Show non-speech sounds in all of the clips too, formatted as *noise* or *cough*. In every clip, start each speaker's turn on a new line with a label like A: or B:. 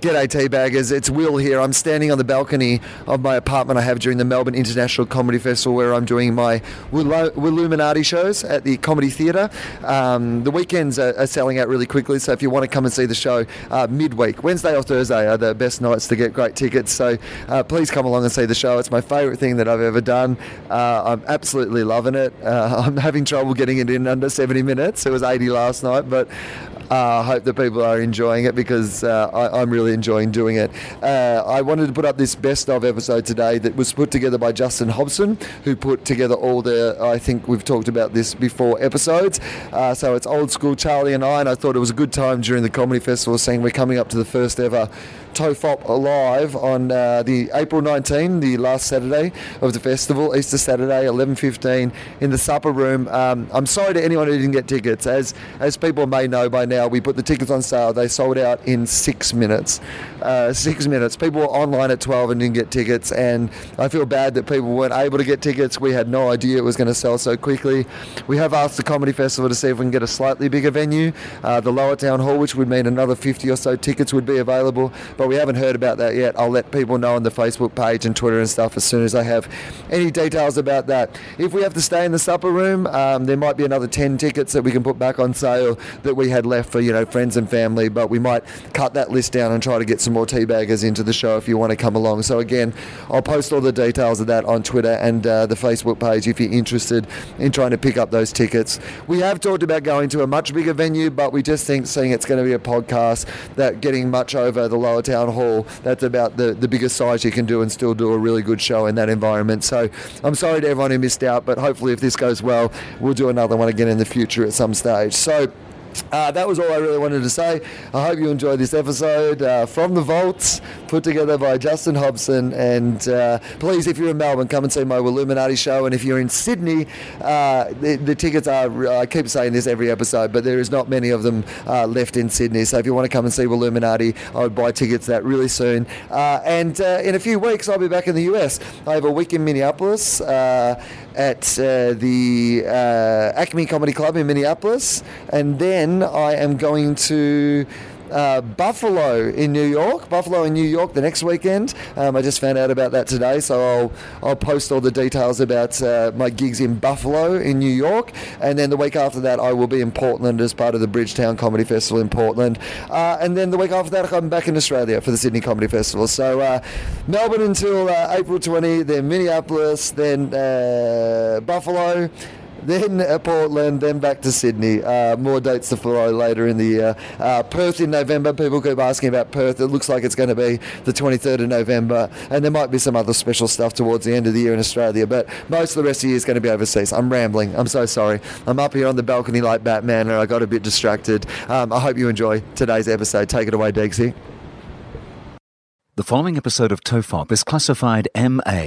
A: G'day, teabaggers. It's Will here. I'm standing on the balcony of my apartment I have during the Melbourne International Comedy Festival where I'm doing my Willu- Willuminati shows at the Comedy Theatre. Um, the weekends are, are selling out really quickly, so if you want to come and see the show uh, midweek, Wednesday or Thursday are the best nights to get great tickets. So uh, please come along and see the show. It's my favourite thing that I've ever done. Uh, I'm absolutely loving it. Uh, *laughs* I'm having trouble getting it in under 70 minutes. It was 80 last night, but uh, I hope that people are enjoying it because uh, I, I'm really enjoying doing it. Uh, I wanted to put up this best of episode today that was put together by Justin Hobson, who put together all the, I think we've talked about this before, episodes. Uh, so it's old school Charlie and I, and I thought it was a good time during the Comedy Festival saying we're coming up to the first ever TOEFOP Live on uh, the April 19, the last Saturday of the festival, Easter Saturday, 11.15 in the supper room. Um, I'm sorry to anyone who didn't get tickets. As, as people may know by now, we put the tickets on sale. They sold out in six minutes. Uh, six minutes. People were online at 12 and didn't get tickets, and I feel bad that people weren't able to get tickets. We had no idea it was going to sell so quickly. We have asked the Comedy Festival to see if we can get a slightly bigger venue, uh, the lower town hall, which would mean another 50 or so tickets would be available, but we haven't heard about that yet. I'll let people know on the Facebook page and Twitter and stuff as soon as I have any details about that. If we have to stay in the supper room, um, there might be another 10 tickets that we can put back on sale that we had left for, you know, friends and family, but we might cut that list down and try to get some more teabaggers into the show if you want to come along. So again, I'll post all the details of that on Twitter and uh, the Facebook page if you're interested in trying to pick up those tickets. We have talked about going to a much bigger venue, but we just think seeing it's going to be a podcast that getting much over the lower town hall, that's about the, the biggest size you can do and still do a really good show in that environment. So I'm sorry to everyone who missed out, but hopefully if this goes well, we'll do another one again in the future at some stage. So uh, that was all I really wanted to say. I hope you enjoyed this episode uh, from the vaults, put together by Justin Hobson. And uh, please, if you're in Melbourne, come and see my Illuminati show. And if you're in Sydney, uh, the, the tickets are. I keep saying this every episode, but there is not many of them uh, left in Sydney. So if you want to come and see Illuminati, I would buy tickets to that really soon. Uh, and uh, in a few weeks, I'll be back in the US. I have a week in Minneapolis. Uh, at uh, the uh, Acme Comedy Club in Minneapolis, and then I am going to. Uh, Buffalo in New York, Buffalo in New York the next weekend. Um, I just found out about that today, so I'll I'll post all the details about uh, my gigs in Buffalo in New York, and then the week after that I will be in Portland as part of the Bridgetown Comedy Festival in Portland, uh, and then the week after that I'm back in Australia for the Sydney Comedy Festival. So uh, Melbourne until uh, April 20, then Minneapolis, then uh, Buffalo then uh, Portland, then back to Sydney. Uh, more dates to follow later in the year. Uh, Perth in November. People keep asking about Perth. It looks like it's going to be the 23rd of November, and there might be some other special stuff towards the end of the year in Australia. But most of the rest of the year is going to be overseas. I'm rambling. I'm so sorry. I'm up here on the balcony like Batman, and I got a bit distracted. Um, I hope you enjoy today's episode. Take it away, Degsy.
B: The following episode of TOEFOP is classified MA.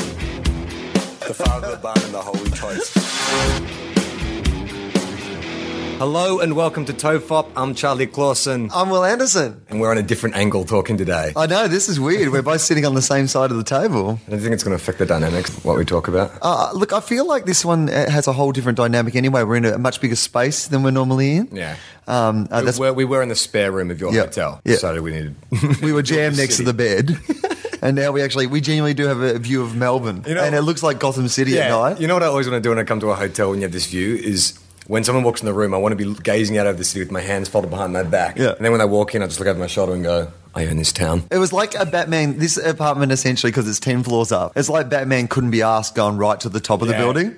C: The Father, the Son, and the Holy Ghost. Hello and welcome to Tofop. I'm Charlie Clausen,
A: I'm Will Anderson.
C: and we're on a different angle talking today.
A: I know this is weird. We're both sitting on the same side of the table.
C: I don't think it's going to affect the dynamics of what we talk about.
A: Uh, look, I feel like this one uh, has a whole different dynamic anyway. We're in a much bigger space than we're normally in.
C: Yeah.
A: Um, uh,
C: we,
A: that's,
C: were, we were in the spare room of your
A: Yeah,
C: hotel,
A: yeah.
C: so we needed. *laughs*
A: we were jammed next to
C: City.
A: the bed. *laughs* and now we actually, we genuinely do have a view of Melbourne.
C: You know-
A: and it looks like Gotham City at
C: yeah.
A: night.
C: You know what I always want to do when I come to a hotel and you have this view is when someone walks in the room, I want to be gazing out over the city with my hands folded behind my back.
A: Yeah.
C: And then when they walk in, I just look over my shoulder and go, I own this town.
A: It was like a Batman. This apartment essentially, because it's ten floors up, it's like Batman couldn't be asked going right to the top of the
C: Yeah. *laughs*
A: building.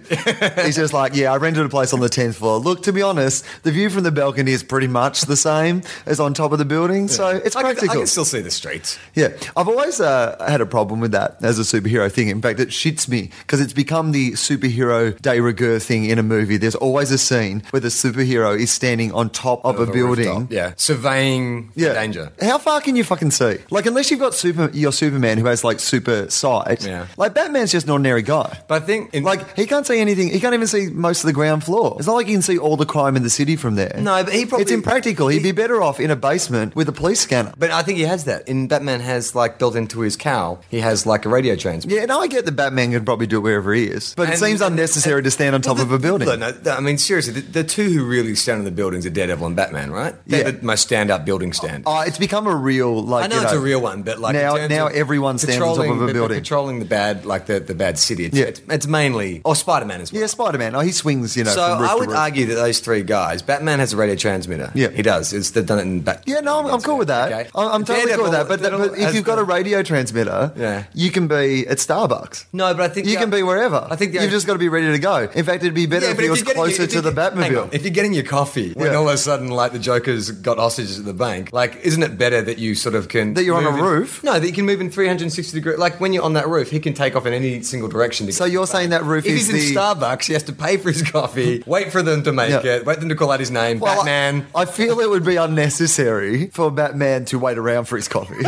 A: He's just like, yeah, I rented a place on the tenth floor. Look, to be honest, the view from the balcony is pretty much the same as on top of the building, so it's
C: I can,
A: practical.
C: I can still see the streets.
A: Yeah, I've always uh, had a problem with that as a superhero thing. In fact, it shits me because it's become the superhero de rigueur thing in a movie. There's always a scene where the superhero is standing on top of, a
C: The
A: building.
C: rooftop, Yeah. Surveying the
A: Yeah.
C: danger.
A: How far can you fucking see? Like, unless you've got super, your Superman who has like super sight.
C: Yeah.
A: Like Batman's just an ordinary guy.
C: But I think in
A: Like he can't see anything. He can't even see most of the ground floor. It's not like he can see all the crime in the city from there.
C: No, but he probably-
A: it's impractical. He'd be better off in a basement with a police scanner.
C: But I think he has that. In Batman has like built into his cowl, he has like a radio transmitter.
A: Yeah, no, I get that Batman can probably do it wherever he is, but it
C: And-
A: seems unnecessary to stand on top
C: Well,
A: of
C: the-
A: a building.
C: Look, no, th- I mean, seriously, the, the two who really stand on the buildings are Daredevil and Batman, right? They're
A: Yeah.
C: the most stand-up building stand.
A: Oh, it's become a real like.
C: I know
A: you
C: it's a real one, but like in
A: now,
C: terms
A: now
C: of
A: everyone stands on top
C: patrolling
A: of a
C: the-
A: building.
C: patrolling the bad, like the, the bad city. It's,
A: Yeah.
C: it's, it's mainly or Spider Man as well.
A: yeah, Spider Man. Oh, he swings. You know,
C: so
A: from roof
C: I
A: to
C: would
A: roof.
C: argue that those three guys, Batman has a radio transmitter.
A: Yeah.
C: he does. It's they've done it in Bat.
A: Yeah, no, I'm, I'm cool with that.
C: Okay.
A: I'm, I'm totally cool with that. But,
C: Daredevil-
A: but if you've got a radio transmitter,
C: Yeah.
A: you can be at Starbucks.
C: no, but I think
A: You
C: the-
A: can be wherever.
C: I think the-
A: you've just got to be ready to go. In fact, it'd be better if
C: but
A: it was
C: you're getting-
A: closer
C: if
A: to
C: you-
A: the
C: hang on,
A: Batmobile.
C: If you're getting your coffee, when
A: Yeah.
C: all of a sudden, like the Joker's got hostages at the bank, like isn't it better that you sort of can
A: That you're on
C: move
A: a
C: in-
A: roof?
C: no, that you can move in 360 degree. Like when you're on that roof, he can take off in any single direction. To
A: So
C: get to
A: you're
C: the
A: saying
C: bank.
A: that roof
C: if
A: is
C: he's in
A: the-
C: Starbucks, he has to pay for his coffee, wait for them to make
A: Yeah.
C: it, wait for them to call out his name,
A: Well, I-
C: Batman.
A: I, feel it would be unnecessary for Batman to wait around for his
C: *laughs*
A: coffee.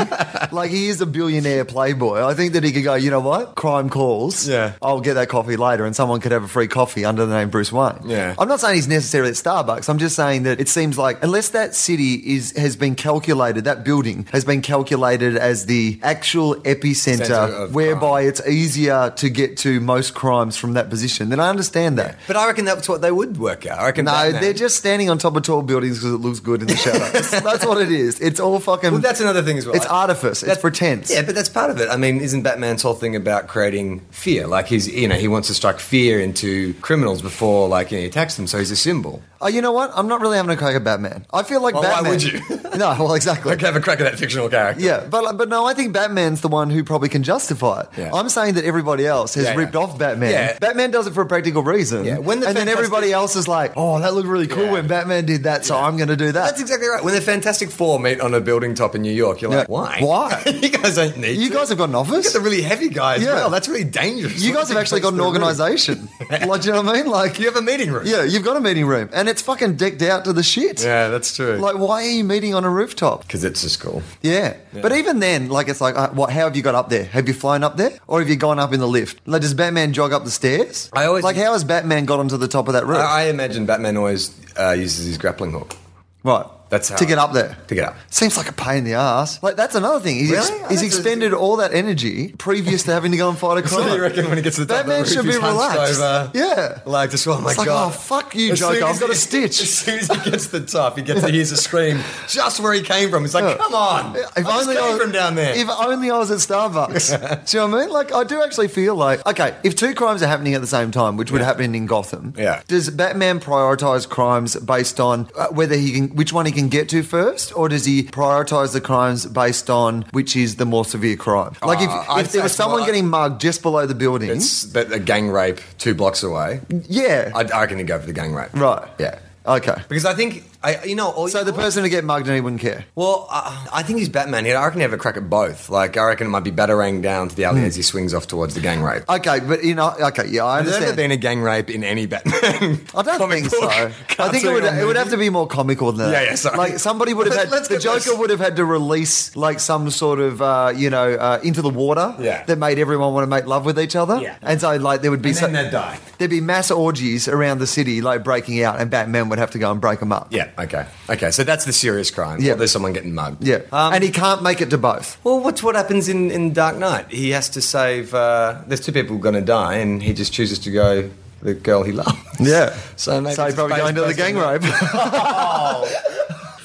A: like he is a billionaire playboy. I think that he could go, you know what? Crime calls.
C: Yeah.
A: I'll get that coffee later and someone could have a free coffee under the name Bruce Wayne.
C: Yeah.
A: I'm not saying he's necessarily at Starbucks. I'm just saying that it seems like unless that city is has been calculated, that building has been calculated as the actual
C: Centre
A: epicenter
C: of
A: whereby it's easier to get to most crimes from that position, then I understand that.
C: but I reckon that's what they would work out. I reckon
A: No,
C: Batman-
A: they're just standing on top of tall buildings because it looks good
C: *laughs*
A: in the shadows. that's what it is. It's all fucking.
C: Well, that's another thing as well.
A: It's artifice. It's
C: That's-
A: pretense.
C: Yeah, but that's part of it. I mean, isn't Batman's whole thing about creating fear? Like he's, you know, he wants to strike fear into criminals before, like, you know, he attacks them. So he's a symbol.
A: Oh, you know what? I'm not really having a crack at Batman. I feel like
C: Well, why
A: Batman.
C: would you?
A: *laughs* no, well, exactly.
C: Like, have a crack at that fictional character.
A: Yeah, but but no, I think Batman's the one who probably can justify it.
C: Yeah.
A: I'm saying that everybody else has
C: Yeah, yeah.
A: ripped off Batman.
C: Yeah.
A: Batman does it for a practical reason.
C: Yeah, when the
A: and then
C: Fantastic-
A: everybody else is like, "Oh, that looked really cool
C: Yeah.
A: when Batman did that, so I'm going to do that."
C: That's exactly right. When the Fantastic Four meet on a building top in New York, you're
A: Yeah.
C: like, why?
A: Why?
C: *laughs* you guys don't need
A: you
C: to.
A: guys have got an office.
C: Look at the really heavy guys.
A: Yeah.
C: Yeah. Well, that's really dangerous.
A: you
C: Look
A: guys
C: at
A: have actually
C: the
A: got an
C: place they're in.
A: organisation. like, do you know what I mean? Like,
C: You have a meeting room.
A: Yeah, you've got a meeting room, and it's fucking decked out to the shit.
C: Yeah, that's true.
A: Like, why are you meeting on a rooftop?
C: Because it's just cool.
A: Yeah. But even then, like, it's like, uh, what? How have you got up there? Have you flown up there, or have you gone up in the lift? Like, does Batman jog up the stairs?
C: I always-
A: like. How has Batman got onto the top of that roof?
C: I, I imagine Batman always uh, uses his grappling hook.
A: right.
C: That's how-
A: to get up there.
C: to get up.
A: Seems like a pain in the ass. Like that's another thing. He's, ex-
C: Really?
A: he's
C: That's a-
A: expended all that energy previous to having to go and fight a crime.
C: So you reckon when he gets to the top
A: Batman
C: of the roof,
A: should be
C: he's hunched
A: relaxed.
C: Over,
A: Yeah.
C: like just oh my
A: It's like,
C: god,
A: oh, fuck you,
C: As soon
A: Joker,
C: as
A: I've got a
C: he-
A: stitch.
C: *laughs* As soon as he gets to the top, he gets he hears a scream just where he came from. He's like,
A: Yeah.
C: come on,
A: If
C: I just
A: only
C: came
A: I was-
C: from down there.
A: If only I was at
C: *laughs*
A: Starbucks. Do you know what I mean? Like, I do actually feel like, okay, if two crimes are happening at the same time, which would happen in Gotham,
C: Yeah.
A: does Batman prioritize crimes based on uh, whether he can, which one he can get to first, or does he prioritize the crimes based on which is the more severe crime? Like, if,
C: Uh, I'd
A: if there
C: say
A: was
C: it's
A: someone
C: more-
A: getting mugged just below the building,
C: it's but a gang rape two blocks away.
A: yeah,
C: I, I reckon he'd go for the gang rape.
A: right,
C: Yeah.
A: okay.
C: Because I think I, you know, all
A: So the person who get mugged and he wouldn't care.
C: Well, uh, I think he's Batman here. I reckon he have a crack at both. Like, I reckon it might be batarang down to the
A: Hmm.
C: alley as he swings off towards the gang rape.
A: Okay, but you know, okay, yeah, I
C: Has there
A: understand.
C: ever been a gang rape in any Batman?
A: I don't
C: comic
A: think
C: book,
A: so. I think it
C: cartoon
A: would,
C: or
A: it would
C: movie?
A: have to be more comical than that.
C: Yeah, yeah, sorry.
A: Like somebody
C: *laughs*
A: would have
C: Let-
A: had
C: let's
A: the
C: get
A: Joker
C: this.
A: would have had to release like some sort of uh, you know uh, into the water
C: Yeah.
A: that made everyone want to make love with each other.
C: Yeah.
A: And so like there would be
C: And
A: some-
C: then they'd die.
A: There'd be mass orgies around the city like breaking out, and Batman would have to go and break them up.
C: Yeah. Okay. Okay. So that's the serious crime.
A: Yeah.
C: Or there's someone getting mugged.
A: yeah.
C: Um,
A: and he can't make it to both.
C: well, what's what happens in in Dark Knight? He has to save. Uh, there's two people going to die, and he just chooses to go the girl he loves.
A: Yeah.
C: So maybe
A: so he'd
C: it's
A: probably
C: based-
A: go into the
C: based on
A: gang
C: that.
A: *laughs* rape.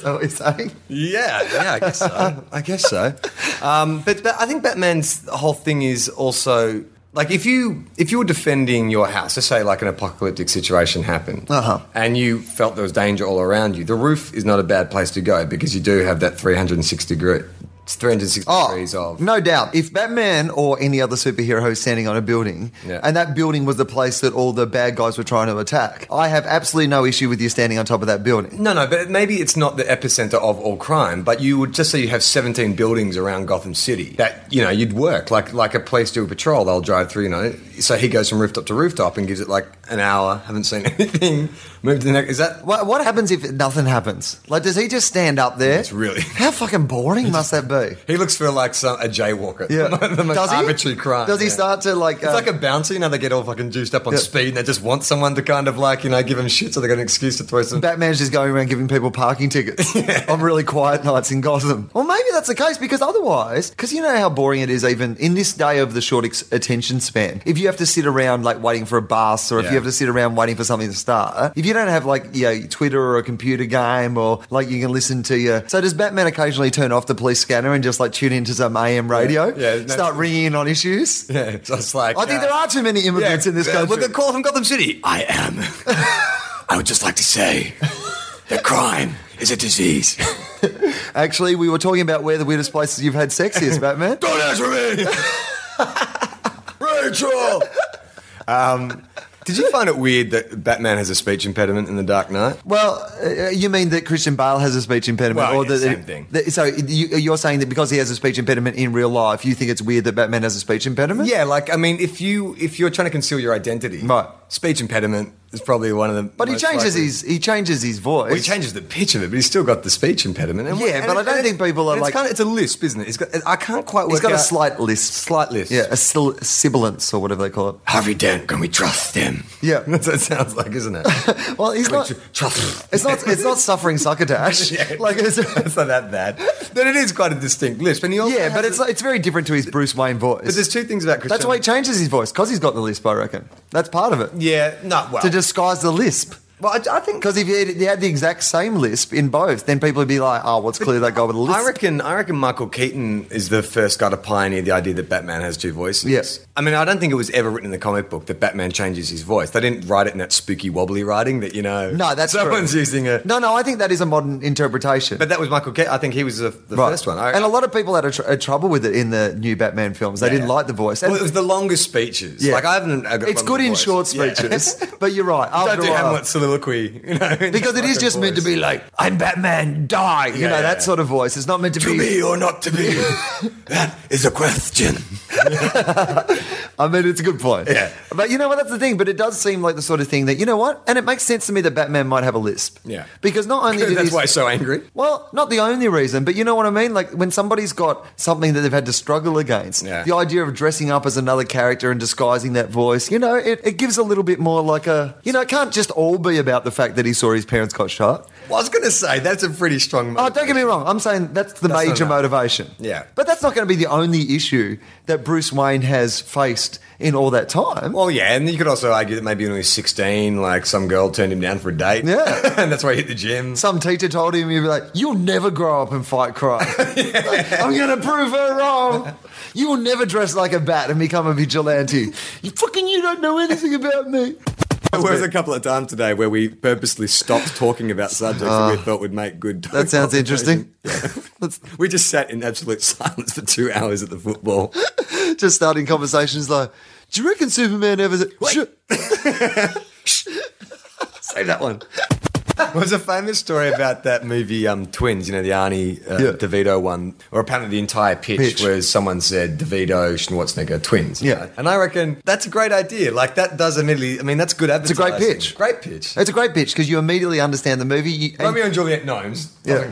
A: So what he's saying.
C: Yeah, yeah, I
A: *laughs*
C: guess so. I guess so. Um, but, but I think Batman's whole thing is also like if you if you were defending your house, let's say like an apocalyptic situation happened,
A: Uh-huh.
C: and you felt there was danger all around you, the roof is not a bad place to go because you do have that three hundred and sixty degree It's 360
A: Oh,
C: degrees of.
A: No doubt. If Batman or any other superhero is standing on a building,
C: Yeah.
A: and that building was the place that all the bad guys were trying to attack, I have absolutely no issue with you standing on top of that building.
C: No, no, but maybe it's not the epicenter of all crime. But you would just say you have 17 buildings around Gotham City that you know you'd work like like a police do a patrol. They'll drive through, you know. So he goes from rooftop to rooftop and gives it like an hour. Haven't seen *laughs* anything. Move to the next. Is that
A: What, what happens if nothing happens? Like, does he just stand up there?
C: It's really-
A: How fucking
C: *laughs*
A: boring must that be?
C: He looks for like some, a jaywalker.
A: Yeah.
C: *laughs* the most
A: Does he?
C: arbitrary crime.
A: Does he
C: yeah.
A: start to, like, uh,
C: It's like a bouncer. You know, they get all fucking juiced up on
A: Yeah.
C: speed, and they just want someone to kind of like you know give them shit, so they got an excuse to throw some.
A: Batman's just going around giving people parking
C: *laughs*
A: tickets on really quiet nights in Gotham. Well, maybe that's the case because otherwise, because you know how boring it is even in this day of the short ex- attention span. If you have to sit around like waiting for a bus or if
C: Yeah.
A: you have to sit around waiting for something to start, if you don't have like, you know, Twitter or a computer game or like you can listen to your. So does Batman occasionally turn off the police scanner and just like tune into some AM radio?
C: Yeah, no-
A: Start ringing in on issues?
C: *laughs* yeah, so it's like
A: I think
C: uh,
A: there are too many immigrants in this
C: uh,
A: country.
C: With a call from Gotham City, I am. *laughs* I would just like to say that crime is a disease.
A: Actually, we were talking about where the weirdest places you've had sex
C: *laughs*
A: is, Batman.
C: Don't ask for me, Rachel. Um, did you find it weird that Batman has a speech impediment in The Dark Knight?
A: Well, uh, you mean that Christian Bale has a speech impediment?
C: Well, yeah,
A: that,
C: same thing.
A: that- so you, you're saying that because he has a speech impediment in real life, you think it's weird that Batman has a speech impediment?
C: Yeah, like I mean, if you if you're trying to conceal your identity,
A: Right.
C: Speech impediment is probably one of the.
A: but he
C: most
A: changes
C: likely-
A: his he changes his voice.
C: Well, he changes the pitch of it, but he's still got the speech impediment. And
A: Yeah, but I don't
C: and
A: think people are
C: and it's
A: like-
C: kinda- it's a lisp, isn't it? It's got, I can't quite work.
A: He's got a
C: out-
A: slight lisp.
C: slight lisp.
A: Yeah, a sil- sibilance or whatever they call it.
C: Harvey Dent, can we trust them?
A: Yeah.
C: *laughs* that's what it sounds like, isn't it?
A: Well, he's
C: *laughs* Can we
A: not.
C: tr- trust.
A: It's
C: *laughs*
A: not. It's not suffering succotash.
C: Yeah.
A: Like it's.
C: it's not that bad, but it is quite a distinct lisp. And he also
A: Yeah,
C: has
A: but
C: a-
A: it's it's very different to his Bruce Wayne voice.
C: But there's two things about Christian.
A: That's why he changes his voice because he's got the lisp. I reckon that's part of it
C: Yeah, no, well,
A: to disguise the lisp.
C: well, I, I think
A: Because if you had, you had the exact same lisp in both, then people would be like, "Oh, what's clear that guy with a lisp?"
C: I reckon I reckon Michael Keaton is the first guy to pioneer the idea that Batman has two voices.
A: Yes.
C: I mean, I don't think it was ever written in the comic book that Batman changes his voice. They didn't write it in that spooky wobbly writing that, you know
A: no, that's true.
C: someone's using a
A: No, no, I think that is a modern interpretation.
C: But that was Michael Keaton. I think he was the, the
A: Right.
C: first one. I,
A: and a lot of people had a, tr- had trouble with it in the new Batman films. They didn't like the voice. And
C: Well, it was the longest speeches.
A: Yeah.
C: Like I haven't. I got
A: it's
C: one
A: good
C: with
A: in
C: voice.
A: short
C: Yeah.
A: speeches, but you're right.
C: *laughs* Don't
A: after
C: do
A: a while-
C: Hamlet soliloquy, you know, *laughs*
A: because it is just meant to be like, "I'm Batman, die," you
C: Yeah,
A: know,
C: yeah,
A: that
C: yeah.
A: sort of voice. It's not meant to, be.
C: or not
A: *laughs*
C: to be. that is a question.
A: I mean, it's a good point.
C: Yeah.
A: But you know what? That's the thing. But it does seem like the sort of thing that you know what, and it makes sense to me that Batman might have a lisp.
C: Yeah.
A: Because not *laughs* only did
C: *laughs* That's
A: he
C: why he's so angry.
A: Well, not the only reason, but you know what I mean? Like when somebody's got something that they've had to struggle against,
C: Yeah.
A: the idea of dressing up as another character and disguising that voice, you know, it, it gives a little bit more like a, you know, it can't just all be about the fact that he saw his parents got shot.
C: Well, I was going to say that's a pretty strong.
A: Oh, don't get me wrong. I'm saying that's the
C: That's not
A: major
C: enough.
A: motivation.
C: Yeah.
A: But that's not going to be the only issue that Bruce Wayne has faced in all that time.
C: *laughs* Well, yeah, and you could also argue that maybe when he was 16, like some girl turned him down for a date.
A: Yeah.
C: *laughs* and that's why he hit the gym.
A: Some teacher told him, he'd be like, You'll never grow up and fight
C: *laughs*
A: crime. I'm going to prove her wrong. You will never dress like a bat and become a vigilante. You fucking, you don't know anything about me.
C: There was a couple of times today where we purposely stopped talking about subjects that we thought would make good.
A: Oh. That sounds
C: *laughs*
A: interesting. Let's
C: We just sat in absolute *laughs* silence for two hours at the football.
A: *laughs* just starting conversations like, Do you reckon Superman ever.
C: *laughs*
A: Sure.
C: Save that one. There was a famous story about that movie um, Twins, you know, the Arnie uh,
A: Yeah.
C: DeVito one, or apparently the entire pitch,
A: Pitch.
C: was someone said DeVito, Schwarzenegger, Twins.
A: Yeah.
C: And I reckon that's a great idea. Like, that does admittedly, I mean, that's good
A: a
C: advertising.
A: great pitch.
C: Great pitch.
A: It's a great bitch because you immediately understand the movie. You- and
C: Romeo and Juliet gnomes.
A: Yeah.
C: Doesn't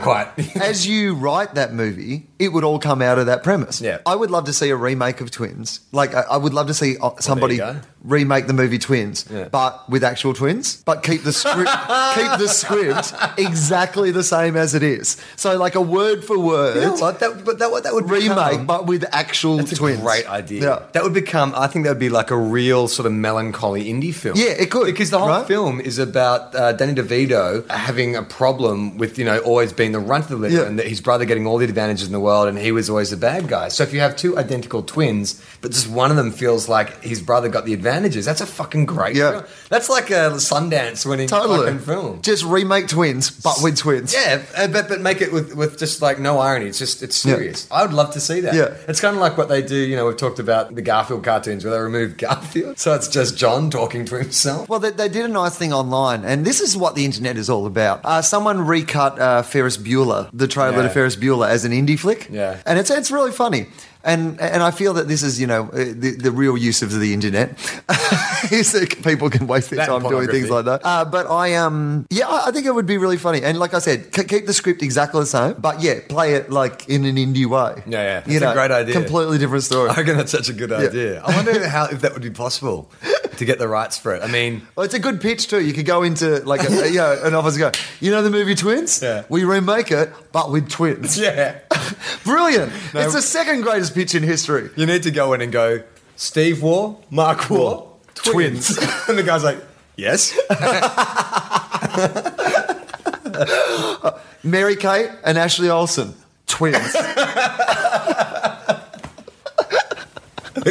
A: *laughs*
C: quite. *laughs*
A: as you write that movie, it would all come out of that premise.
C: Yeah.
A: I would love to see a remake of Twins. Like, I, I would love to see uh, somebody
C: go.
A: remake the movie Twins,
C: Yeah.
A: but with actual twins, but keep the script,
C: *laughs*
A: keep the script exactly the same as it is. So, like a word for word
C: you know what? That, but that, what that would
A: remake,
C: become-
A: but with actual
C: That's a
A: twins.
C: great idea.
A: Yeah.
C: That would become, I think that would be like a real sort of melancholy indie film.
A: Yeah, it could,
C: Because the whole
A: right?
C: film is about uh, Danny DeVito having a problem with, you know, always being the runt of the litter
A: Yeah.
C: and that his brother getting all the advantages in the world and he was always the bad guy. So if you have two identical twins, but just one of them feels like his brother got the advantages, that's a fucking great
A: Yeah.
C: film. That's like a Sundance winning
A: Totally.
C: fucking film.
A: Just remake twins, but with twins.
C: Yeah, uh, but but make it with, with just like no irony. It's just it's
A: Yeah.
C: serious. I would love to see that.
A: Yeah.
C: it's kind of like what they do. You know, we've talked about the Garfield cartoons where they removed Garfield, so it's just John talking to himself.
A: Well, they, they did a nice thing online, and this is what the internet is all about. Uh, someone recut uh, Ferris Bueller, the trailer
C: Yeah.
A: to Ferris Bueller, as an indie flick.
C: Yeah.
A: and it's it's really funny. And, and I feel that this is, you know, uh, the, the real use of the internet *laughs* is that people can waste their
C: That
A: time doing things
C: pornography.
A: like that. Uh, but I, um, yeah, I I think it would be really funny. And like I said, c- keep the script exactly the same, but yeah, play it like in an indie way.
C: Yeah, yeah.
A: You
C: That's
A: know,
C: a great idea.
A: Completely different story.
C: *laughs* I reckon that's such a good idea. I *laughs* wonder how if that would be possible to get the rights for it. I mean,
A: Well, it's a good pitch too. You could go into like
C: *laughs*
A: a, you know, an office and go, you know the movie Twins?
C: Yeah.
A: We remake it, but with twins.
C: yeah,
A: Brilliant.
C: No.
A: It's the second greatest pitch in history.
C: *laughs* you need to go in and go Steve War, Mark War, twins, *laughs* and the guy's like, *laughs* yes,
A: Mary Kate and Ashley Olsen, twins.
C: *laughs* it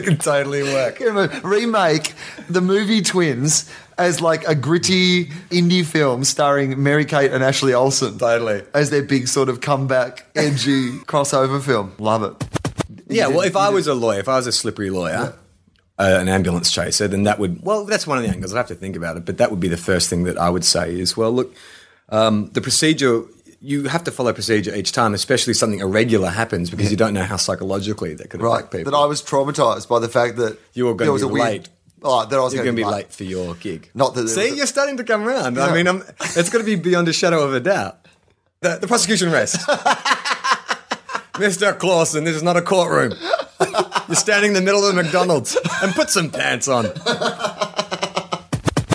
C: can totally work.
A: Can you remake the movie Twins as like a gritty indie film starring Mary Kate and Ashley Olsen
C: Totally.
A: as their big sort of
C: *laughs*
A: comeback, edgy crossover film. Love it.
C: Yeah, well, if I was a lawyer, if I was a slippery lawyer, uh, an ambulance chaser, then that would, well, that's one of the angles. I'd have to think about it, but that would be the first thing that I would say is, well, look, um, the procedure, you have to follow procedure each time, especially if something irregular happens because you don't know how psychologically that could
A: Right.
C: affect people.
A: That I was traumatized by the fact that
C: You were gonna
A: there was
C: be
A: a weird-
C: late.
A: Oh, that I was
C: You're
A: gonna
C: going to be late for your gig.
A: Not that there
C: See,
A: was a-
C: you're starting to come round. I mean, I'm, it's going to be beyond a shadow of a doubt. The, the prosecution *laughs* rests. Mr. Clausen, this is not a courtroom. You're standing in the middle of McDonald's and put some pants on.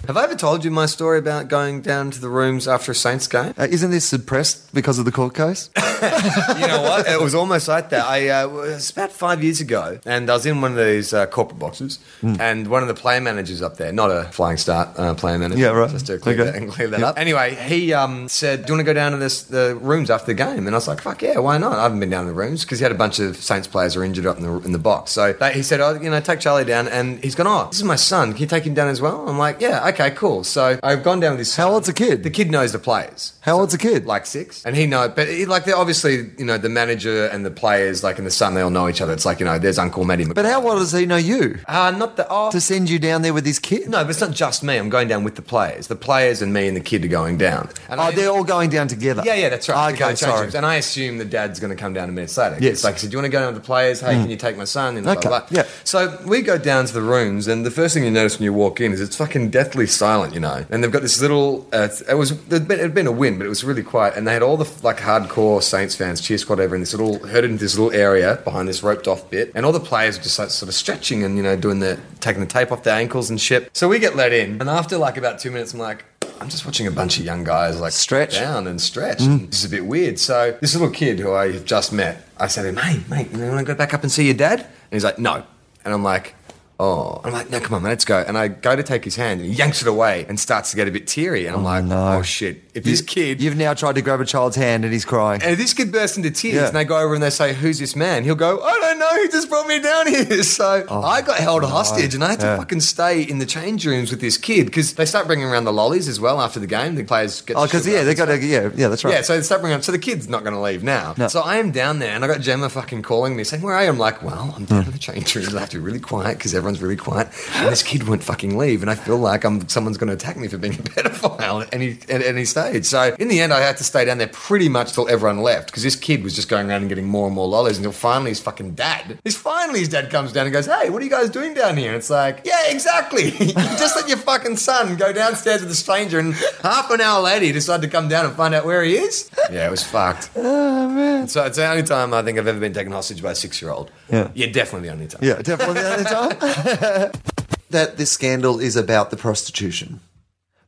C: Have I ever told you my story about going down to the rooms after a Saints game?
A: Uh, isn't this suppressed because of the court case?
C: you know what? It was almost like that. I uh, it was about five years ago, and I was in one of these uh, corporate boxes,
A: Hmm.
C: and one of the player managers up there, not a flying start uh, player manager,
A: Yeah, right.
C: Just to clear
A: Okay.
C: that, and clear that
A: Yeah.
C: up. Anyway, he um, said, "Do you want to go down to this the rooms after the game?" And I was like, "Fuck yeah, why not?" I haven't been down to the rooms because he had a bunch of Saints players who were injured up in the in the box. So they, he said, "Oh, you know, take Charlie down," and he's gone. Oh, this is my son. Can you take him down as well? I'm like, "Yeah, okay, cool." So I've gone down with this.
A: How old's the kid?
C: The kid knows the players.
A: How old's a kid?
C: Like six, and he know, but he, like they're obviously you know the manager and the players, like in the sun, they all know each other. It's like you know, there's Uncle Matty.
A: but how well does he know you
C: Uh, not the oh,
A: to send you down there with his kid?
C: no, but it's not just me. I'm going down with the players. The players and me and the kid are going down. And
A: Oh,
C: I-
A: they're all going down together.
C: yeah, yeah, that's right.
A: Okay, sorry.
C: And I assume the dad's going to come down a minute later.
A: Yes. Mm.
C: It's like I said, do you want to go down with the players? Hey, can you take my son? And
A: Okay,
C: blah, blah, blah.
A: yeah.
C: So we go down to the rooms, and the first thing you notice when you walk in is it's fucking deathly silent, you know. And they've got this little. Uh, it was there'd been, it'd been a win, but it was really quiet. And they had all the like hardcore Saints fans, cheer squad, ever in this little herded into this little area behind this roped off bit, and all the players were just like sort of stretching and you know doing the taking the tape off their ankles and shit. So we get let in, and after like about two minutes, I'm like. I'm just watching a bunch of young guys like
A: Stretch.
C: down down and stretched.
A: Mm.
C: This is a bit weird. So this little kid who I have just met, I said to him, "Hey, mate, you want to go back up and see your dad?" And he's like, "No." And I'm like, "Oh." I'm like, "No, come on, man, let's go." And I go to take his hand, and he yanks it away and starts to get a bit teary. And I'm like, "Oh shit!" If this kid,
A: You've now tried to grab a child's hand and he's crying.
C: and if this kid bursts into tears,
A: Yeah.
C: and they go over and they say, "Who's this man?" He'll go, "I don't know. He just brought me down here." *laughs* So I got held hostage, and I had to
A: Oh, Yeah.
C: fucking stay in the change rooms with this kid because they start bringing around the lollies as well after the game. The players get
A: Oh,
C: to
A: because
C: sugar
A: yeah,
C: up
A: they
C: and
A: got to yeah, yeah, that's right.
C: yeah, so they start bringing up. So the kid's not going to leave now.
A: No.
C: So I am down there, and I got Gemma fucking calling me saying, "Where are you?" I'm like, "Well, I'm
A: Hmm.
C: down in the change rooms. I have to be really quiet because everyone's really quiet." And this kid won't fucking leave, and I feel like I'm someone's going to attack me for being a *laughs* pedophile at any at any stage. So in the end, I had to stay down there pretty much till everyone left because this kid was just going around and getting more and more lollies until finally his fucking dad. His finally his dad comes down and goes, "Hey, what are you guys doing down here?" And it's like, "Yeah, exactly. *laughs* You just let your fucking son go downstairs with a stranger." And half an hour later, he decided to come down and find out where he is. Yeah, it was *laughs* fucked.
A: Oh, man.
C: So it's the only time I think I've ever been taken hostage by a six-year-old.
A: Yeah.
C: yeah, definitely the only time.
A: Yeah,
C: *laughs*
A: definitely the other time. *laughs* that this scandal is about the prostitution.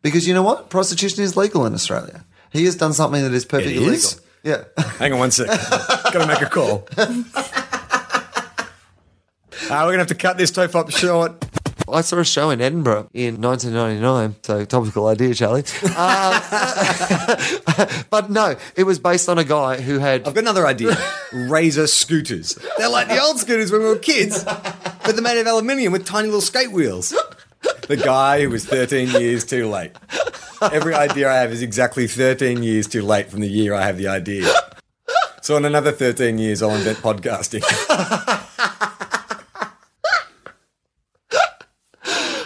A: Because you know what? Prostitution is legal in Australia. He has done something that is perfectly
C: is?
A: legal. Yeah.
C: Hang on one *laughs* sec. Gotta make a *laughs* call. uh, Ah, we're gonna have to cut this toe up short.
A: I saw a show in Edinburgh in 1999. So topical idea, Charlie. Uh, *laughs* but no, it was based on a guy who
C: I've
A: had.
C: got another idea. Razor scooters. They're like the old scooters when we were kids, but they're made of aluminium with tiny little skate wheels. The guy who was 13 years too late. Every idea I have is exactly 13 years too late from the year I have the idea. So in another 13 years, I'll invent podcasting.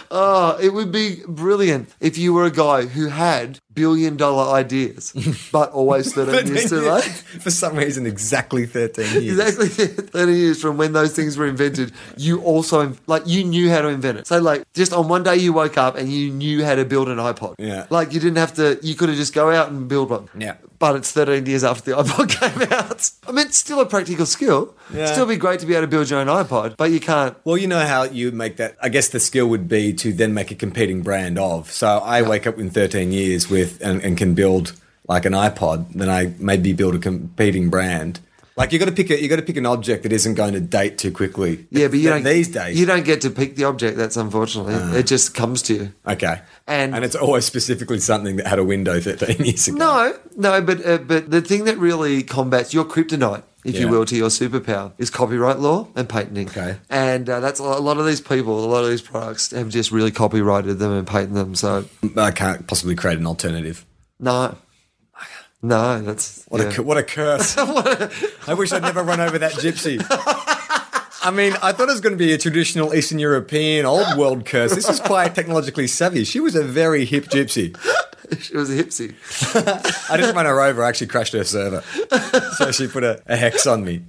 A: Uh, it would be brilliant if you were a guy who had billion dollar ideas, but always
C: *laughs*
A: 13 years too late.
C: For some reason, exactly 13 years.
A: Exactly *laughs* 30 years from when those things were invented, you also, like, you knew how to invent it. So, like, just on one day you woke up and you knew how to build an iPod.
C: Yeah.
A: Like, you didn't have to, you could have just go out and build one.
C: Yeah.
A: But it's 13 years after the *laughs* iPod came out. I mean, it's still a practical skill.
C: Yeah.
A: Still be great to be able to build your own iPod, but you can't.
C: Well, you know how you make that. I guess the skill would be to then make a competing brand of. So I wake up in 13 years with and, and can build like an iPod, then I maybe build a competing brand. Like you got to pick a you got to pick an object that isn't going to date too quickly.
A: Yeah, but you don't
C: these days. Uh-huh.
A: you don't get to pick the object. That's unfortunately it just comes to you.
C: okay,
A: And-
C: and it's always specifically something that had a window 13 years ago.
A: No, no, but uh, but the thing that really combats your kryptonite, if you
C: Yeah.
A: will, to your superpower is copyright law and patenting.
C: Okay.
A: and uh, that's a lot a lot of these people, a lot of these products have just really copyrighted them and patented them. So
C: I can't possibly create an alternative.
A: no, no, that's
C: What
A: yeah.
C: a cu- what a curse! *laughs* I wish I'd never run over that gypsy. I mean, I thought it was going to be a traditional Eastern European old world curse. This is quite technologically savvy. She was a very hip gypsy.
A: *laughs* it was a hipsy.
C: I didn't run her over. I actually crashed her server, so she put a, a hex on me.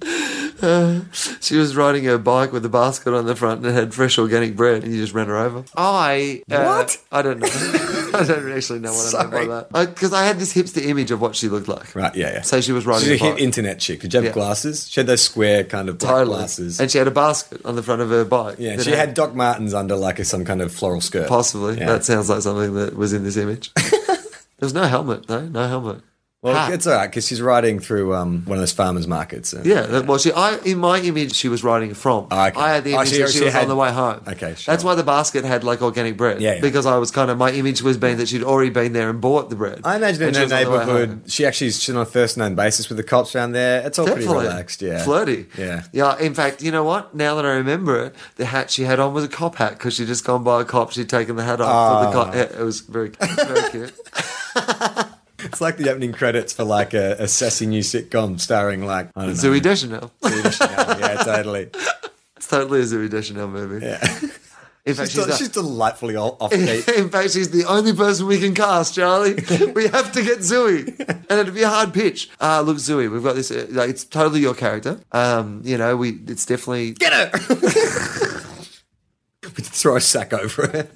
A: She was riding her bike with a basket on the front and it had fresh organic bread, and you just ran her over. I uh,
C: What?
A: I don't know. *laughs* I don't actually know what I
C: Sorry.
A: meant by that because I, had this hipster image of what she looked like.
C: Right? Yeah, yeah.
A: So she was riding
C: She's a
A: a
C: hip
A: bike.
C: internet chick. Did you have
A: Yeah.
C: glasses? She had those square kind of black
A: Totally.
C: glasses.
A: And she had a basket on the front of her bike.
C: yeah,
A: that
C: she had Doc Martens under like a, some kind of floral skirt.
A: possibly.
C: Yeah.
A: That sounds like something that was in this
C: *laughs*
A: image. there was no helmet though. No helmet.
C: well,
A: Hat.
C: it's all right because she's riding through um, one of those farmers markets. and-
A: Yeah, that- well, she. I in my image, she was riding from.
C: Oh, okay.
A: I had the
C: Oh,
A: image
C: she-
A: that she,
C: she
A: was on
C: had-
A: the way home.
C: Okay,
A: that's
C: sure.
A: why the basket had like organic bread.
C: Yeah, yeah.
A: because I was kind of my image was being that she'd already been there and bought the bread.
C: I imagine
A: And
C: in
A: she
C: her
A: was on the way home.
C: neighbourhood, she actually is she's on a first name basis with the cops around there. It's all
A: Definitely.
C: pretty relaxed, yeah.
A: Flirty.
C: Yeah.
A: Yeah. In fact, you know what? Now that I remember it, the hat she had on was a cop hat because she'd just gone by a cop. She'd taken the hat off. put the
C: Ah.
A: cop, it, it was very, very
C: *laughs*
A: cute.
C: It's like the opening credits for like a, a sassy new sitcom starring like I don't know.
A: Zooey Deschanel.
C: Zooey Deschanel.
A: *laughs*
C: yeah, totally.
A: It's totally a Zooey Deschanel movie.
C: Yeah.
A: *laughs* In fact,
C: She's,
A: she's,
C: del-
A: the-
C: she's delightfully o- offbeat.
A: *laughs* in fact, she's the only person we can cast,
C: *laughs*
A: Charlie. we have to get Zooey, and it'd be a hard pitch. Uh, look, Zooey, we've got this. Uh, like, it's totally your character. Um, you know, we. It's definitely.
C: Get her! *laughs* we throw a sack over her,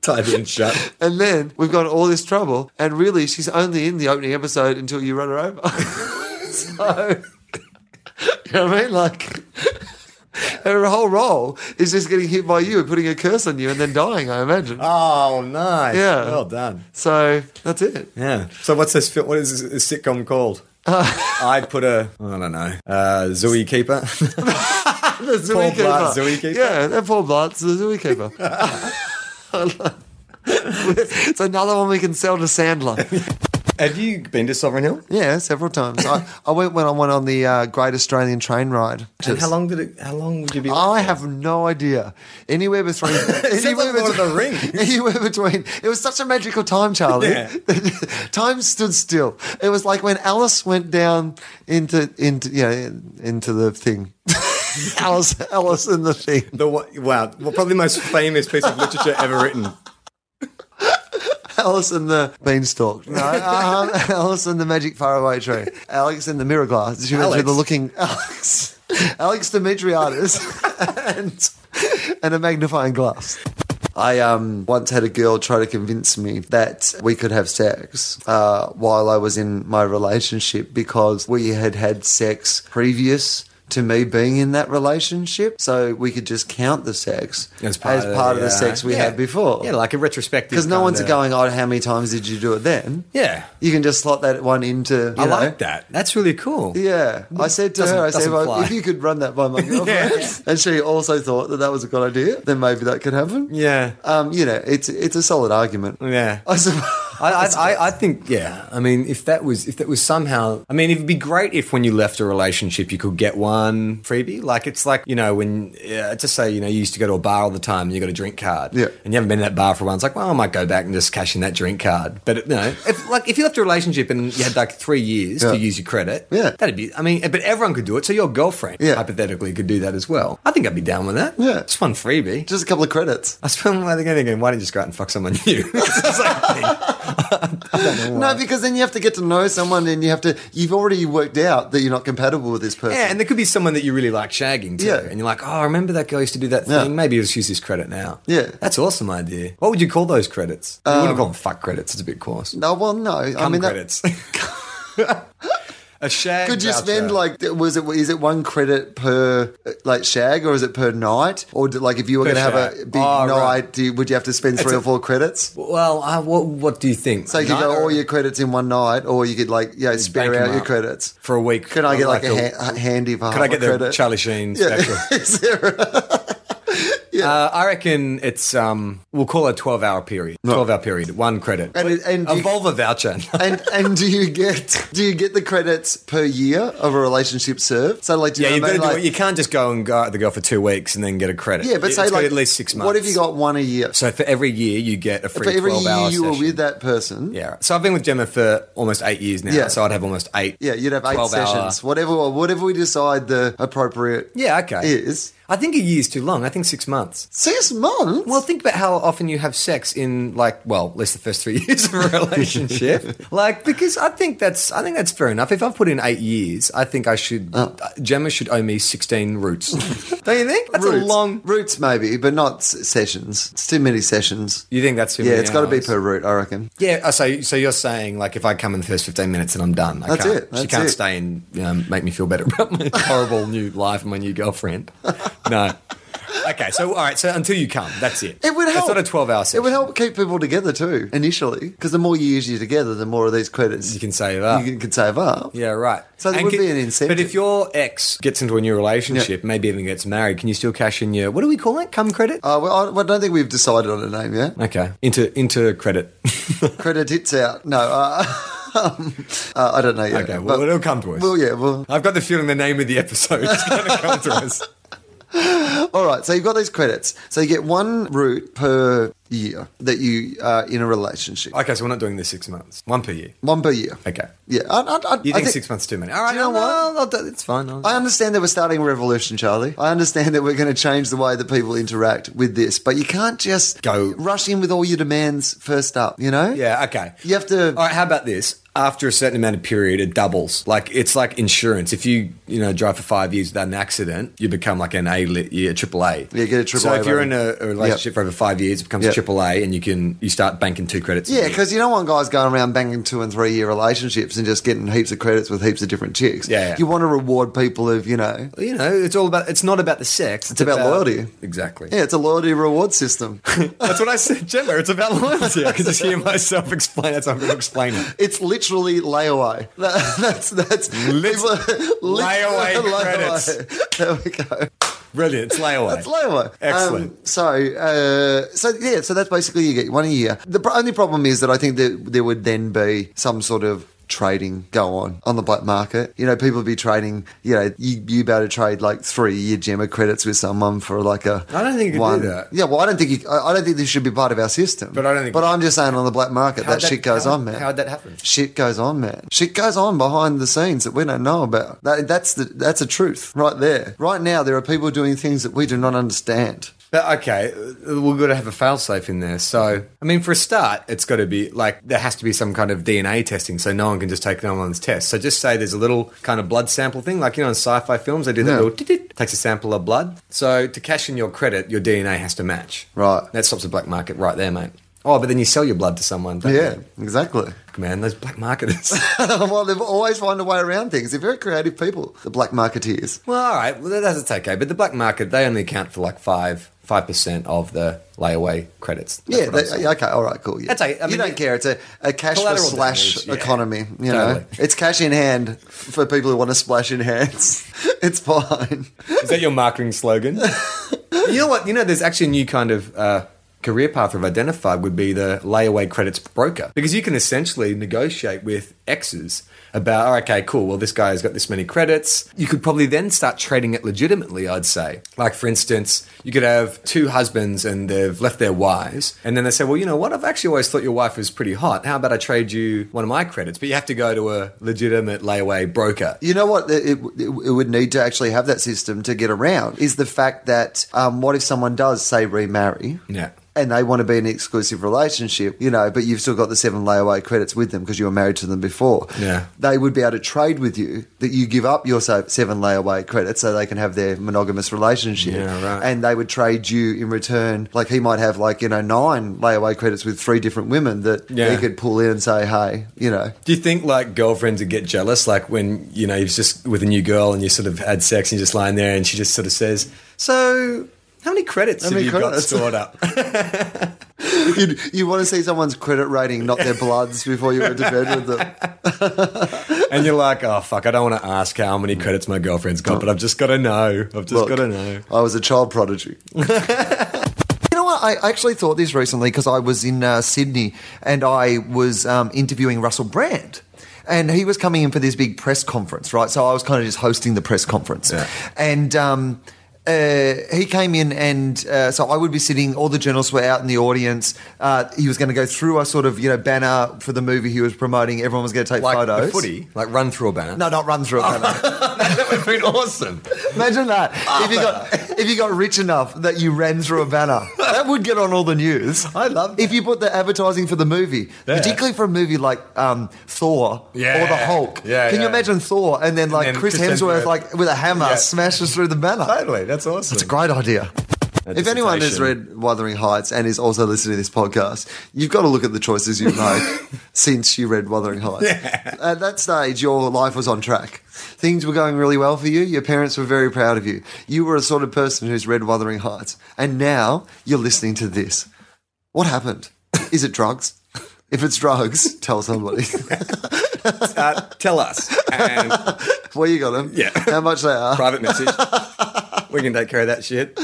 C: tie it in shut.
A: And then we've got all this trouble, and really, she's only in the opening episode until you run her over. *laughs* so, you know what I mean? Like. Her whole role is just getting hit by you and putting a curse on you and then dying, I imagine.
C: Oh, nice.
A: Yeah.
C: Well done.
A: So that's it.
C: Yeah. So what's this? fil- What is this sitcom called?
A: Uh.
C: I put a I don't know uh, Zooey Keeper. *laughs*
A: The zookeeper.
C: Blart zookeeper?
A: Yeah, that Paul Blart, the zookeeper. *laughs* it's another one we can sell to *laughs* Sandler.
C: Have you been to Sovereign Hill?
A: Yeah, several times. I, I went when I went on the uh, Great Australian Train Ride.
C: And how long did it? How long would you be?
A: I have no idea. Anywhere between
C: *laughs* It sounds
A: anywhere
C: like Lord of
A: between,
C: the Rings.
A: *laughs* anywhere between. It was such a magical time, Charlie.
C: Yeah.
A: *laughs* time stood still. It was like when Alice went down into into you know, into the thing. *laughs* Alice, Alice, in the thing.
C: The wa- wow, well, probably the most famous piece of literature ever written.
A: Alice and the Beanstalk. No, um, *laughs* Alice and the Magic Faraway Tree. Alex and the Mirror Glass. She went through
C: Alex.
A: the looking Alex, Alex Demetriadis, *laughs* and and a magnifying glass. I um, once had a girl try to convince me that we could have sex uh, while I was in my relationship because we had had sex previous to me being in that relationship, so we could just count the sex as part, of, the
C: yeah.
A: sex we
C: Yeah.
A: had before.
C: Yeah, like a retrospective.
A: Because no one's
C: kinda-
A: going, oh, how many times did you do it then?
C: Yeah,
A: You can just slot that one into. You
C: I
A: know.
C: like that. That's really cool.
A: Yeah. I said to
C: Doesn't-
A: her, I said,
C: doesn't
A: well,
C: fly.
A: if you could run that by
C: *laughs*
A: my girlfriend, and she also thought that that was a good idea, then maybe that could happen.
C: Yeah.
A: Um, you know, it's it's a solid argument.
C: Yeah.
A: I suppose.
C: I, I, I, I think yeah. I mean, if that was if that was somehow, I mean, it'd be great if when you left a relationship, you could get one freebie. Like it's like you know when yeah, just say you know you used to go to a bar all the time, and you got a drink card,
A: Yeah.
C: and you haven't been in that bar for a while. It's like, well, I might go back and just cash in that drink card. But you know, if like if you left a relationship and you had like three years
A: Yeah.
C: to use your credit,
A: Yeah.
C: that'd be. I mean, but everyone could do it. So your girlfriend,
A: Yeah.
C: hypothetically, could do that as well. I think I'd be down with that.
A: Yeah.
C: it's one
A: *laughs*
C: freebie.
A: Just a couple of credits.
C: I spent my thinking, thinking, why don't you just go out and fuck someone new? *laughs* It's the same thing.
A: No, because then you have to get to know someone, and you have to. You've already worked out that you're not compatible with this person.
C: Yeah, and there could be someone that you really like shagging too.
A: Yeah.
C: And you're like, oh, I remember that girl used to do that thing.
A: Yeah.
C: Maybe just use this credit now.
A: Yeah.
C: That's awesome idea. What would you call those credits? you wouldn't call them fuck credits. It's a bit coarse.
A: no, well, no. I
C: Cum
A: mean, that- *laughs*
C: credits. a shag
A: could you
C: voucher.
A: spend like was it is it one credit per uh, like shag or is it per night or do, like if you were
C: Per
A: going to have a
C: shag.
A: big
C: Oh,
A: night,
C: right.
A: do you, would you have to spend three
C: a-
A: or four credits?
C: Well, I, what, what do you think?
A: So you could
C: Nine
A: go
C: or-
A: all your credits in one night, or you could like you know, spare
C: bank 'em
A: out your
C: up.
A: credits
C: For a week.
A: Could I get like,
C: Like
A: a,
C: a-
A: ha- a handy for
C: Could I get the
A: credit?
C: Charlie Sheen
A: Yeah. *laughs*
C: special?
A: Is there a-
C: Uh, I reckon it's um, we'll call it a twelve hour period. Twelve hour period, one credit.
A: And it- and
C: a
A: you-
C: vulva voucher. *laughs*
A: and and do you get do you get the credits per year of a relationship served? So like do you
C: yeah,
A: know
C: you've
A: what I
C: got to
A: mean?
C: do
A: Like-
C: it. You can't just go and go out with the girl for two weeks and then get a credit.
A: yeah, but
C: It's
A: say
C: got
A: like
C: at least six months.
A: What if you got one a year?
C: So for every year, you get a free
A: For every
C: twelve
A: year
C: hour
A: you were
C: session.
A: with that person,
C: Yeah. So I've been with Gemma for almost eight years now.
A: Yeah.
C: So I'd have almost eight.
A: Yeah, you'd have eight
C: 12 hour-
A: sessions. Whatever whatever we decide the appropriate
C: Yeah. Okay.
A: is.
C: I think a year's too long. I think six months.
A: Six months?
C: Well, think about how often you have sex in like, well, at least the first three *laughs* years of a
A: *laughs*
C: relationship. like, because I think that's, I think that's fair enough. If I've put in eight years, I think I should,
A: Oh.
C: Gemma should owe me
A: *laughs*
C: sixteen roots. Don't you think? That's
A: roots.
C: a long.
A: roots maybe, but not s- sessions. It's too many sessions.
C: You think that's too
A: Yeah,
C: many
A: it's got to be
C: hours?
A: per route, I reckon.
C: Yeah, uh, so so you're saying like if I come in the first fifteen minutes and I'm done, I
A: That's
C: can't,
A: it,
C: she
A: that's
C: can't
A: it.
C: stay and you know, make me feel better *laughs* about my horrible new life and my
A: *laughs*
C: new girlfriend. No. Okay, so all right, so until you come, that's it.
A: It would help.
C: It's not a twelve-hour session.
A: It would help keep people together too initially, because the more years you're together, the more of these credits
C: You can save up.
A: You can, can save up.
C: Yeah, right.
A: So there
C: And
A: would
C: can-
A: be an incentive.
C: But if your ex gets into a new relationship,
A: Yeah.
C: maybe even gets married, can you still cash in your what do we call it? Come credit.
A: Uh, well, I, well, I don't think we've decided on a name yet.
C: okay, into into credit. *laughs*
A: Credit hits out. No, uh, *laughs* uh, I don't know yet.
C: Okay, well,
A: But-
C: it'll come to us.
A: well, yeah, well,
C: I've got the feeling the name of the episode is going to come
A: *laughs*
C: to us.
A: All right, so you've got these credits. So you get one route per year that you are in a relationship.
C: Okay, so we're not doing this six months, one per year.
A: one per year.
C: Okay.
A: Yeah. I, I, I,
C: You
A: I
C: think, six months too many? All right,
A: you know
C: no,
A: what?
C: I'll- I'll do- it's fine. I'll-
A: I understand that we're starting a revolution, Charlie. I understand that we're going to change the way that people interact with this, but you can't just
C: Go.
A: rush in with all your demands first up, you know?
C: yeah, okay.
A: You have to.
C: All right, how about this? After a certain amount of period, it doubles. Like it's like insurance. If you you know drive for five years without an accident, you become like an A lit, yeah, triple A.
A: Yeah, get a triple
C: So
A: A
C: if you're in
A: rating.
C: a, a relationship
A: Yep.
C: for over five years, it becomes
A: Yep.
C: a triple A, and you can you start banking two credits. a
A: Yeah,
C: year.
A: because you don't want guys going around banging two and three year relationships and just getting heaps of credits with heaps of different chicks.
C: Yeah, yeah.
A: You want to reward people of, you know.
C: you know it's all about. It's not about the sex. It's,
A: about loyalty.
C: Exactly.
A: Yeah, it's a loyalty reward system.
C: *laughs* That's what I said, Gemma. It's about loyalty. I can just
A: *laughs*
C: hear myself explain. That's how I'm going to explain it.
A: It's literally layaway. *laughs* That- that's that's
C: Lit-
A: people-
C: layaway
A: layaway.
C: credits.
A: *laughs* There we go.
C: Brilliant. It's layaway.
A: That's layaway. Um,
C: Excellent.
A: so, uh, so yeah, so that's basically you get one a year. The pro- only problem is that I think that there would then be some sort of trading go on on the black market. You know, people would be trading. You know, you you better trade like three year Gemma credits with someone for like a.
C: I don't think you could do
A: one.
C: that.
A: Yeah, well, I don't think you, I I don't think this should be part of our system.
C: But I don't think-
A: But I'm just saying on the black market
C: How'd
A: that, shit goes
C: how-
A: on, man.
C: How'd that happen?
A: Shit goes on, man. Shit goes on behind the scenes that we don't know about. That, that's the that's a truth right there. Right now, there are people doing things that we do not understand.
C: But okay, uh, we've got to have a failsafe in there. So, I mean, for a start, it's got to be like there has to be some kind of DNA testing, so no one can just take no one's test. So, just say there's a little kind of blood sample thing, like you know, in sci-fi films, they do that
A: Yeah.
C: little tit takes a sample of blood. So, to cash in your credit, your DNA has to match.
A: Right.
C: That stops the black market right there, mate. Oh, but then you sell your blood to someone. Don't
A: Yeah,
C: you?
A: exactly. *laughs*
C: man, those black marketers. *laughs*
A: well, they've always find a way around things. They're very creative people, the black marketeers.
C: Well, all right. Well, that's it's okay. But the black market, they only account for like five five percent of the layaway credits. That's
A: Yeah,
C: what I'm
A: they,
C: saying.
A: okay, all right, cool. Yeah.
C: That's okay, I
A: you
C: mean,
A: don't
C: it-
A: care. It's a, a cash for
C: Collateral
A: slash
C: damage, yeah.
A: economy. You know,
C: Totally.
A: it's cash in hand for people who want to splash in hands. *laughs* it's fine.
C: *laughs* Is that your marketing slogan? you know what? You know, there's actually a new kind of uh, career path I've identified would be the layaway credits broker because you can essentially negotiate with exes about, oh, okay, cool, well, this guy has got this many credits. You could probably then start trading it legitimately, I'd say. Like, for instance, you could have two husbands and they've left their wives, and then they say, well, you know what? I've actually always thought your wife was pretty hot. How about I trade you one of my credits? But you have to go to a legitimate layaway broker.
A: You know what? It, it, it would need to actually have that system to get around is the fact that um, what if someone does say remarry?
C: Yeah.
A: And they want to be in an exclusive relationship, you know, but you've still got the seven layaway credits with them because you were married to them before.
C: Yeah.
A: They would be able to trade with you that you give up your so- seven layaway credits so they can have their monogamous relationship.
C: Yeah, right.
A: And they would trade you in return, like he might have, like, you know, nine layaway credits with three different women that
C: Yeah.
A: he could pull in and say, hey, you know,
C: Do you think like girlfriends would get jealous, like when you know you've just with a new girl and you sort of had sex and you're just lying there and she just sort of says, "So, how many credits
A: many
C: have you
A: credits?"
C: got stored *laughs* up?"
A: you you want to see someone's credit rating, not their bloods, before you went to bed with them.
C: and you're like, "Oh fuck, I don't want to ask how many credits my girlfriend's got, but I've just got to know. I've just
A: Look,
C: got to know."
A: I was a child prodigy.
C: *laughs*
A: you know what? I actually thought this recently because I was in uh, Sydney and I was um, interviewing Russell Brand. And he was coming in for this big press conference, right? So I was kind of just hosting the press conference.
C: Yeah.
A: And um, uh, he came in, and uh, so I would be sitting, all the journalists were out in the audience. Uh, he was going to go through a sort of, you know, banner for the movie he was promoting. Everyone was going to take
C: Like
A: photos.
C: the footy, like run through a banner.
A: No, not run through a banner.
C: that would have been awesome.
A: Oh. *laughs* Imagine that.
C: Ah,
A: If you got *laughs* if you got rich enough that you ran through a banner, that would get on all the news.
C: *laughs* I love that.
A: If you put the advertising for the movie,
C: Yeah.
A: particularly for a movie like um, Thor
C: Yeah.
A: or the Hulk.
C: Yeah,
A: Can you
C: yeah.
A: imagine Thor and then like
C: then
A: Chris,
C: Chris
A: Hemsworth,
C: Hemsworth.
A: like with a hammer
C: Yeah.
A: smashes through the banner?
C: *laughs* Totally, that's awesome.
A: It's a great idea. If anyone has read Wuthering Heights and is also listening to this podcast, you've got to look at the choices you've made since you read Wuthering Heights. At that stage, your life was on track. Things were going really well for you. Your parents were very proud of you. You were a sort of person who's read Wuthering Heights. And now you're listening to this. What happened? Is it drugs? If it's drugs, tell somebody *laughs*
C: Uh, tell us and
A: where you got them,
C: Yeah.
A: how much they are.
C: private *laughs* message. We can take care of that shit.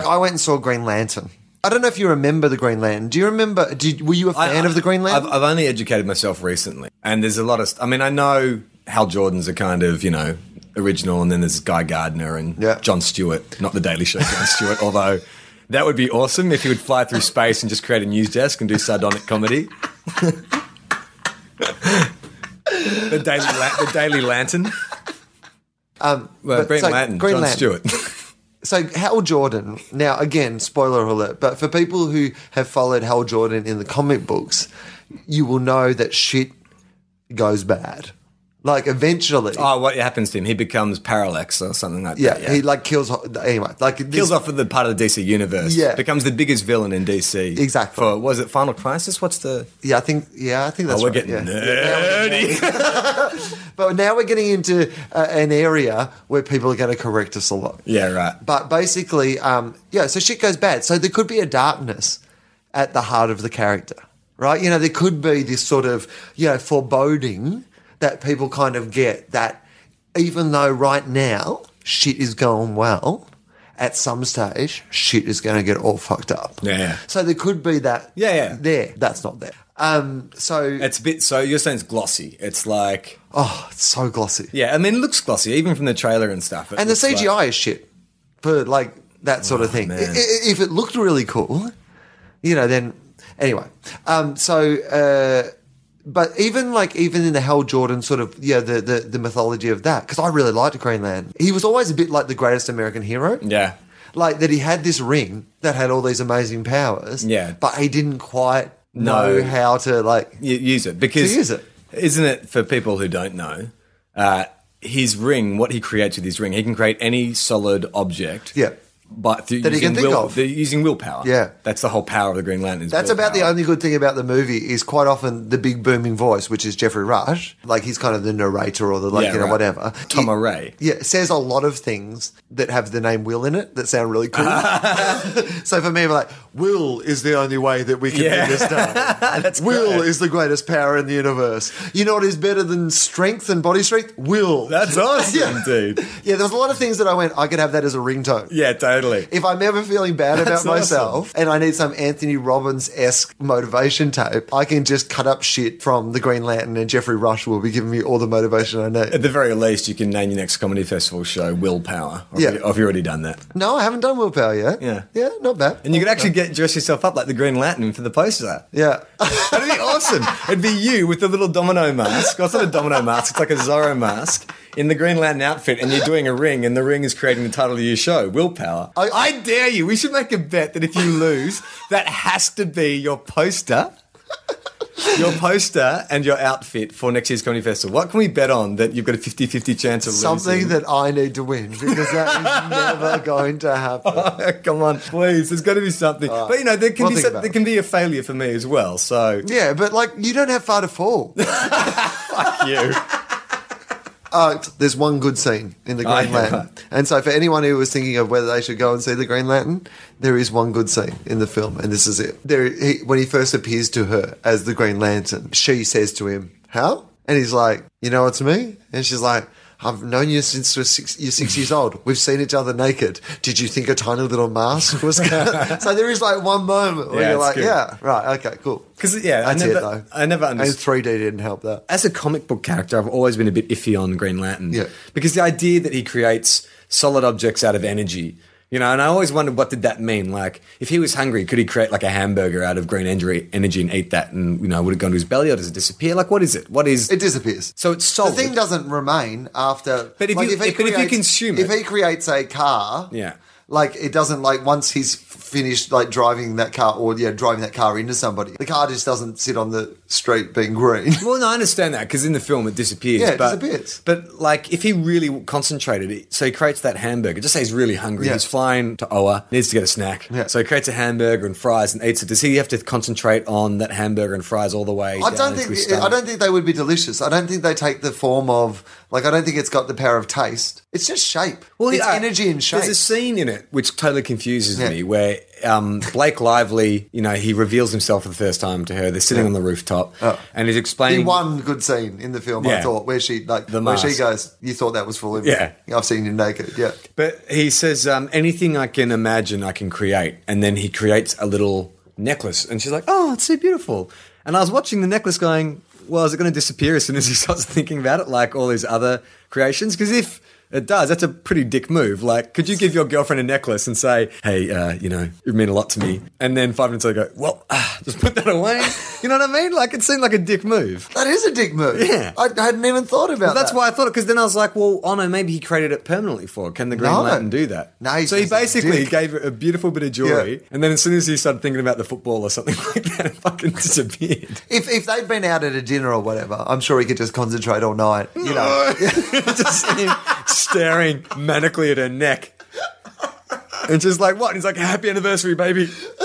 A: I went and saw Green Lantern. I don't know if you remember the Green Lantern. Do you remember? Did, were you a fan of the Green Lantern?
C: I've, I've only educated myself recently, and there's a lot of. st- I mean, I know Hal Jordan's a kind of you know original, and then there's Guy Gardner and
A: Yeah.
C: John Stewart, not the Daily Show John Stewart, *laughs* although. That would be awesome if he would fly through space and just create a news desk and do sardonic comedy. *laughs* the Daily, La- the Daily Lantern.
A: Um,
C: Well,
A: but
C: Green
A: so,
C: Lantern,
A: Green
C: John
A: Lantern.
C: Stewart. *laughs*
A: So Hal Jordan. Now, again, spoiler alert. But for people who have followed Hal Jordan in the comic books, you will know that shit goes bad. Like eventually,
C: oh, what happens to him? He becomes Parallax or something like
A: yeah,
C: that.
A: he like kills anyway. Like this,
C: kills off of the part of the DC universe.
A: Yeah.
C: becomes the biggest villain in DC.
A: Exactly.
C: For was it Final Crisis? What's the?
A: Yeah, I think. Yeah, I think that's
C: oh, we're
A: right.
C: getting
A: yeah.
C: nerdy.
A: But now we're getting into uh, an area where people are going to correct us a lot.
C: *laughs* Yeah, right.
A: But basically, um, yeah, so shit goes bad. So there could be a darkness at the heart of the character, right? You know, there could be this sort of, you know, foreboding that people kind of get that even though right now shit is going well, at some stage shit is going to get all fucked up.
C: Yeah, yeah.
A: So there could be that.
C: Yeah, yeah.
A: There. That's not there. Um, so,
C: It's a bit. So you're saying it's glossy. It's like
A: oh, it's so glossy.
C: yeah. I mean, it looks glossy even from the trailer and stuff. It
A: And the
C: looks like- Oh,
A: CGI is shit for like that sort of thing. I-
C: man.
A: i- If it looked really cool, you know, then anyway. Um, so, uh, but even like even in the Hal Jordan sort of yeah the the, the mythology of that because I really liked Greenland. He was always a bit like the greatest American hero.
C: yeah.
A: Like that, he had this ring that had all these amazing powers.
C: Yeah.
A: but he didn't quite
C: No.
A: know how to like.
C: You use it because
A: To use it.
C: Isn't it for people who don't know? Uh, his ring, what he creates with his ring, he can create any solid object.
A: Yeah.
C: But through
A: That he
C: using
A: can think
C: will,
A: of.
C: through using willpower.
A: Yeah.
C: That's the whole power of the Green Lantern. is
A: That's about the
C: willpower.
A: only good thing about the movie is quite often the big booming voice, which is Jeffrey Rush. Like he's kind of the narrator or the like,
C: Yeah,
A: you know,
C: right.
A: whatever.
C: Tom
A: He-
C: Array.
A: Yeah, says a
C: *laughs*
A: lot of things that have the name Will in it that sound really cool. *laughs* so for me, I'm like, Will is the only way that we can
C: Yeah.
A: do this done.
C: *laughs* That's
A: Will
C: great.
A: is the greatest power in the universe. You know what is better than strength and body strength? Will. *laughs*
C: That's awesome, dude.
A: Yeah, there was a lot of things that I went, I could have that as a ringtone.
C: Yeah, totally.
A: If I'm ever feeling bad about
C: That's
A: myself and I need some Anthony Robbins esque motivation tape, I can just cut up shit from the Green Lantern and Jeffrey Rush will be giving me all the motivation I need.
C: At the very least, you can name your next comedy festival show Willpower. Or
A: Yeah.
C: Have you, or have you already done that?
A: No, I haven't done willpower yet.
C: Yeah.
A: Yeah, not bad.
C: And you could actually get dress yourself up like the Green Lantern for the poster. *laughs*
A: Yeah. *laughs*
C: That'd be awesome. It'd be you with the little domino mask. Well, it's not a domino mask. It's like a Zorro mask in the Green Lantern outfit, and you're doing a ring, and the ring is creating the title of your show, Willpower. I, I dare you. We should make a bet that if you lose, that has to be your poster. Your poster and your outfit for next year's comedy festival. What can we bet on that you've got a 50-50 chance of
A: Something
C: losing?
A: that I need to win because that is never going to happen.
C: *laughs* Come on, please. There's got to be something. but you know, there can
A: we'll
C: be
A: think
C: some,
A: about
C: there
A: it.
C: can be a failure for me as well.
A: *laughs*
C: So
A: Yeah, but like you don't have far to fall.
C: *laughs* you.
A: Uh, there's one good scene in the
C: I
A: Green
C: know
A: Lantern, and so for anyone who was thinking of whether they should go and see the Green Lantern, there is one good scene in the film, and this is it. There, he, when he first appears to her as the Green Lantern, she says to him, "How?" And he's like, "You know, it's me." And she's like. I've known you since we're six, you're six years old. We've seen each other naked. Did you think a tiny little mask was?
C: *laughs*
A: gonna-" so there is like one moment where
C: Yeah,
A: you're
C: it's
A: like,
C: good.
A: yeah, right, okay, cool.
C: Because yeah,
A: That's
C: I never,
A: it though.
C: I never
A: And
C: understood.
A: 3D didn't help that.
C: As a comic book character, I've always been a bit iffy on Green Lantern.
A: Yeah.
C: Because the idea that he creates solid objects out of energy, you know, and I always wondered what did that mean? Like, if he was hungry, could he create like a hamburger out of green energy energy and eat that? And you know, would it go into his belly or does it disappear? Like, what is it? What is?
A: It disappears.
C: so it's solid.
A: The thing doesn't remain after.
C: But if you- but if you consume
A: if
C: it-
A: he creates a car,
C: Yeah.
A: like it doesn't like once he's f- finished like driving that car or yeah driving that car into somebody, the car just doesn't sit on the street being green.
C: *laughs* Well, no, I understand that because in the film it disappears.
A: Yeah, it
C: but,
A: disappears.
C: But like, if he really concentrated, it, so he creates that hamburger. Just say he's really hungry.
A: Yeah.
C: He's flying to Oa, needs to get a snack.
A: Yeah.
C: So he creates a hamburger and fries and eats it. Does he have to concentrate on that hamburger and fries all the way?
A: I
C: down
A: don't
C: into
A: think
C: his
A: I
C: stomach?
A: don't think they would be delicious. I don't think they take the form of like I don't think it's got the power of taste. It's just shape. Well, it's
C: yeah,
A: energy and shape.
C: uh, There's a scene in it which totally confuses
A: Yeah.
C: me where um, Blake Lively, you know, he reveals himself for the first time to her. They're sitting on the rooftop
A: Oh.
C: and he's
A: the
C: explaining.
A: one good scene in the film, I
C: Yeah.
A: thought, where she like
C: The
A: where she
C: mask.
A: goes, "You thought that was full of
C: Yeah.
A: I've seen you naked." Yeah,
C: But he says, um, anything I can imagine, I can create. And then he creates a little necklace. And she's like, oh, it's so beautiful. And I was watching the necklace going, well, is it going to disappear as soon as he *laughs* starts thinking about it, like all his other creations? Because if it does, that's a pretty dick move. Like, could you give your girlfriend a necklace and say, hey, uh, you know, it mean a lot to me. And then five minutes later, go, well, *laughs* ah, just put that away. You know what I mean? Like, it seemed like a dick move.
A: That is a dick move.
C: Yeah.
A: I hadn't even thought about
C: Well, that's
A: that.
C: why I thought it because then I was like, well, oh no, maybe he created it permanently for. her. Can the Green
A: No.
C: Lantern do that?
A: No, he's
C: so he
A: just a
C: basically
A: dick.
C: gave it a beautiful bit of joy,
A: Yeah.
C: and then as soon as he started thinking about the football or something *laughs* like that, it fucking disappeared. *laughs*
A: If, if they'd been out at a dinner or whatever, I'm sure he could just concentrate all night. You know,
C: Just him staring manically at her neck. And she's like, what? And he's like, happy anniversary, baby. *laughs*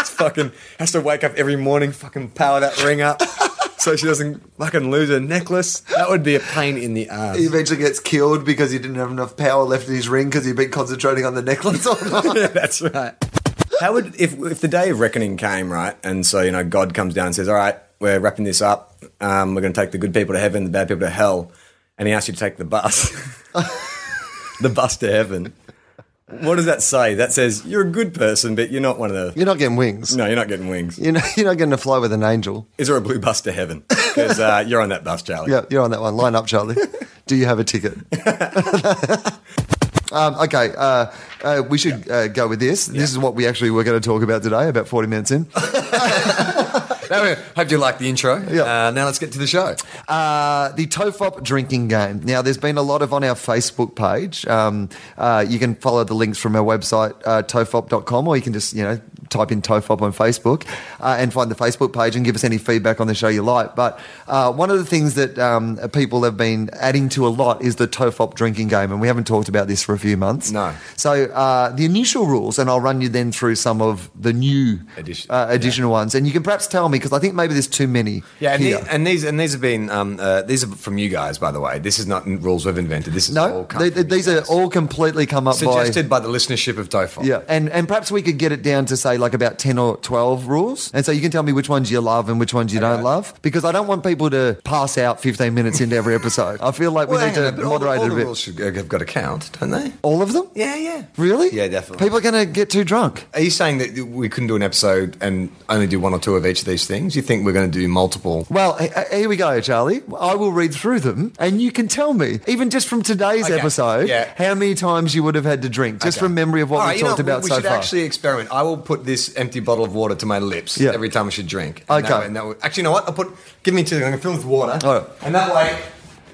C: it's fucking has to wake up every morning, fucking power that ring up so she doesn't fucking lose her necklace. That would be a pain in the ass.
A: he eventually gets killed because he didn't have enough power left in his ring because he'd been concentrating on the necklace all night.
C: yeah, *laughs* that's right. How would if if the day of reckoning came, right? And so you know, God comes down and says, "All right, we're wrapping this up. Um, we're going to take the good people to heaven, the bad people to hell," and he asks you to take the bus, *laughs* the bus to heaven. What does that say? That says you're a good person, but you're not one of the.
A: *laughs* You're not getting wings.
C: No, you're not getting wings.
A: You're, not, you're not getting to fly with an angel.
C: Is there a blue bus to heaven? Because uh, you're on that bus, Charlie.
A: Yeah, you're on that one. Line up,
C: *laughs*
A: Charlie. Do you have a ticket? um, okay, uh, uh, we should uh, go with this. This is what we actually were going to talk about today, about 40 minutes in.
C: *laughs* Now, hope you like the intro.
A: Yeah.
C: Uh, now let's get to the show.
A: Uh, the Tofop drinking game. Now, there's been a lot of on our Facebook page. Um, uh, you can follow the links from our website, uh, tofop.com, or you can just, you know, type in Tofop on Facebook uh, and find the Facebook page and give us any feedback on the show you like. But uh, one of the things that um, people have been adding to a lot is the Tofop drinking game, and we haven't talked about this for a few months.
C: No.
A: So uh, the initial rules, and I'll run you then through some of the new
C: Addition-
A: uh, additional ones, and you can perhaps tell me because I think maybe there's too many.
C: Yeah, and,
A: here.
C: the- and these and these have been um, uh, these are from you guys, by the way. This is not rules we've invented. This is all
A: no,
C: come
A: they,
C: from you
A: these are
C: guys.
A: all completely come up by.
C: suggested by, the listenership of Tofop.
A: Yeah, and and perhaps we could get it down to say like about ten or twelve rules, and so you can tell me which ones you love and which ones you don't love, because I don't want people to pass out fifteen minutes into every episode. I feel like we
C: Well,
A: need
C: hang
A: to
C: on, but all the-
A: moderate
C: all
A: it
C: the
A: a bit.
C: rules should have got a count, don't they?
A: All of them?
C: Yeah, yeah.
A: Really?
C: Yeah, definitely.
A: People are going to get too drunk.
C: Are you saying that we couldn't do an episode and only do one or two of each of these things? You think we're going to do multiple?
A: Well, h- h- here we go, Charlie. I will read through them, and you can tell me, even just from today's
C: Okay,
A: episode,
C: yeah.
A: how many times you would have had to drink, just
C: Okay.
A: from memory of what
C: All right,
A: we
C: you know,
A: talked about
C: we
A: so
C: should
A: far.
C: actually experiment. I will put this empty bottle of water to my lips
A: Yeah.
C: every time I should drink. And
A: Okay.
C: That way, and that way, actually, you know what? I'll put. Give me two. I'm going to fill with water.
A: All right.
C: And that way,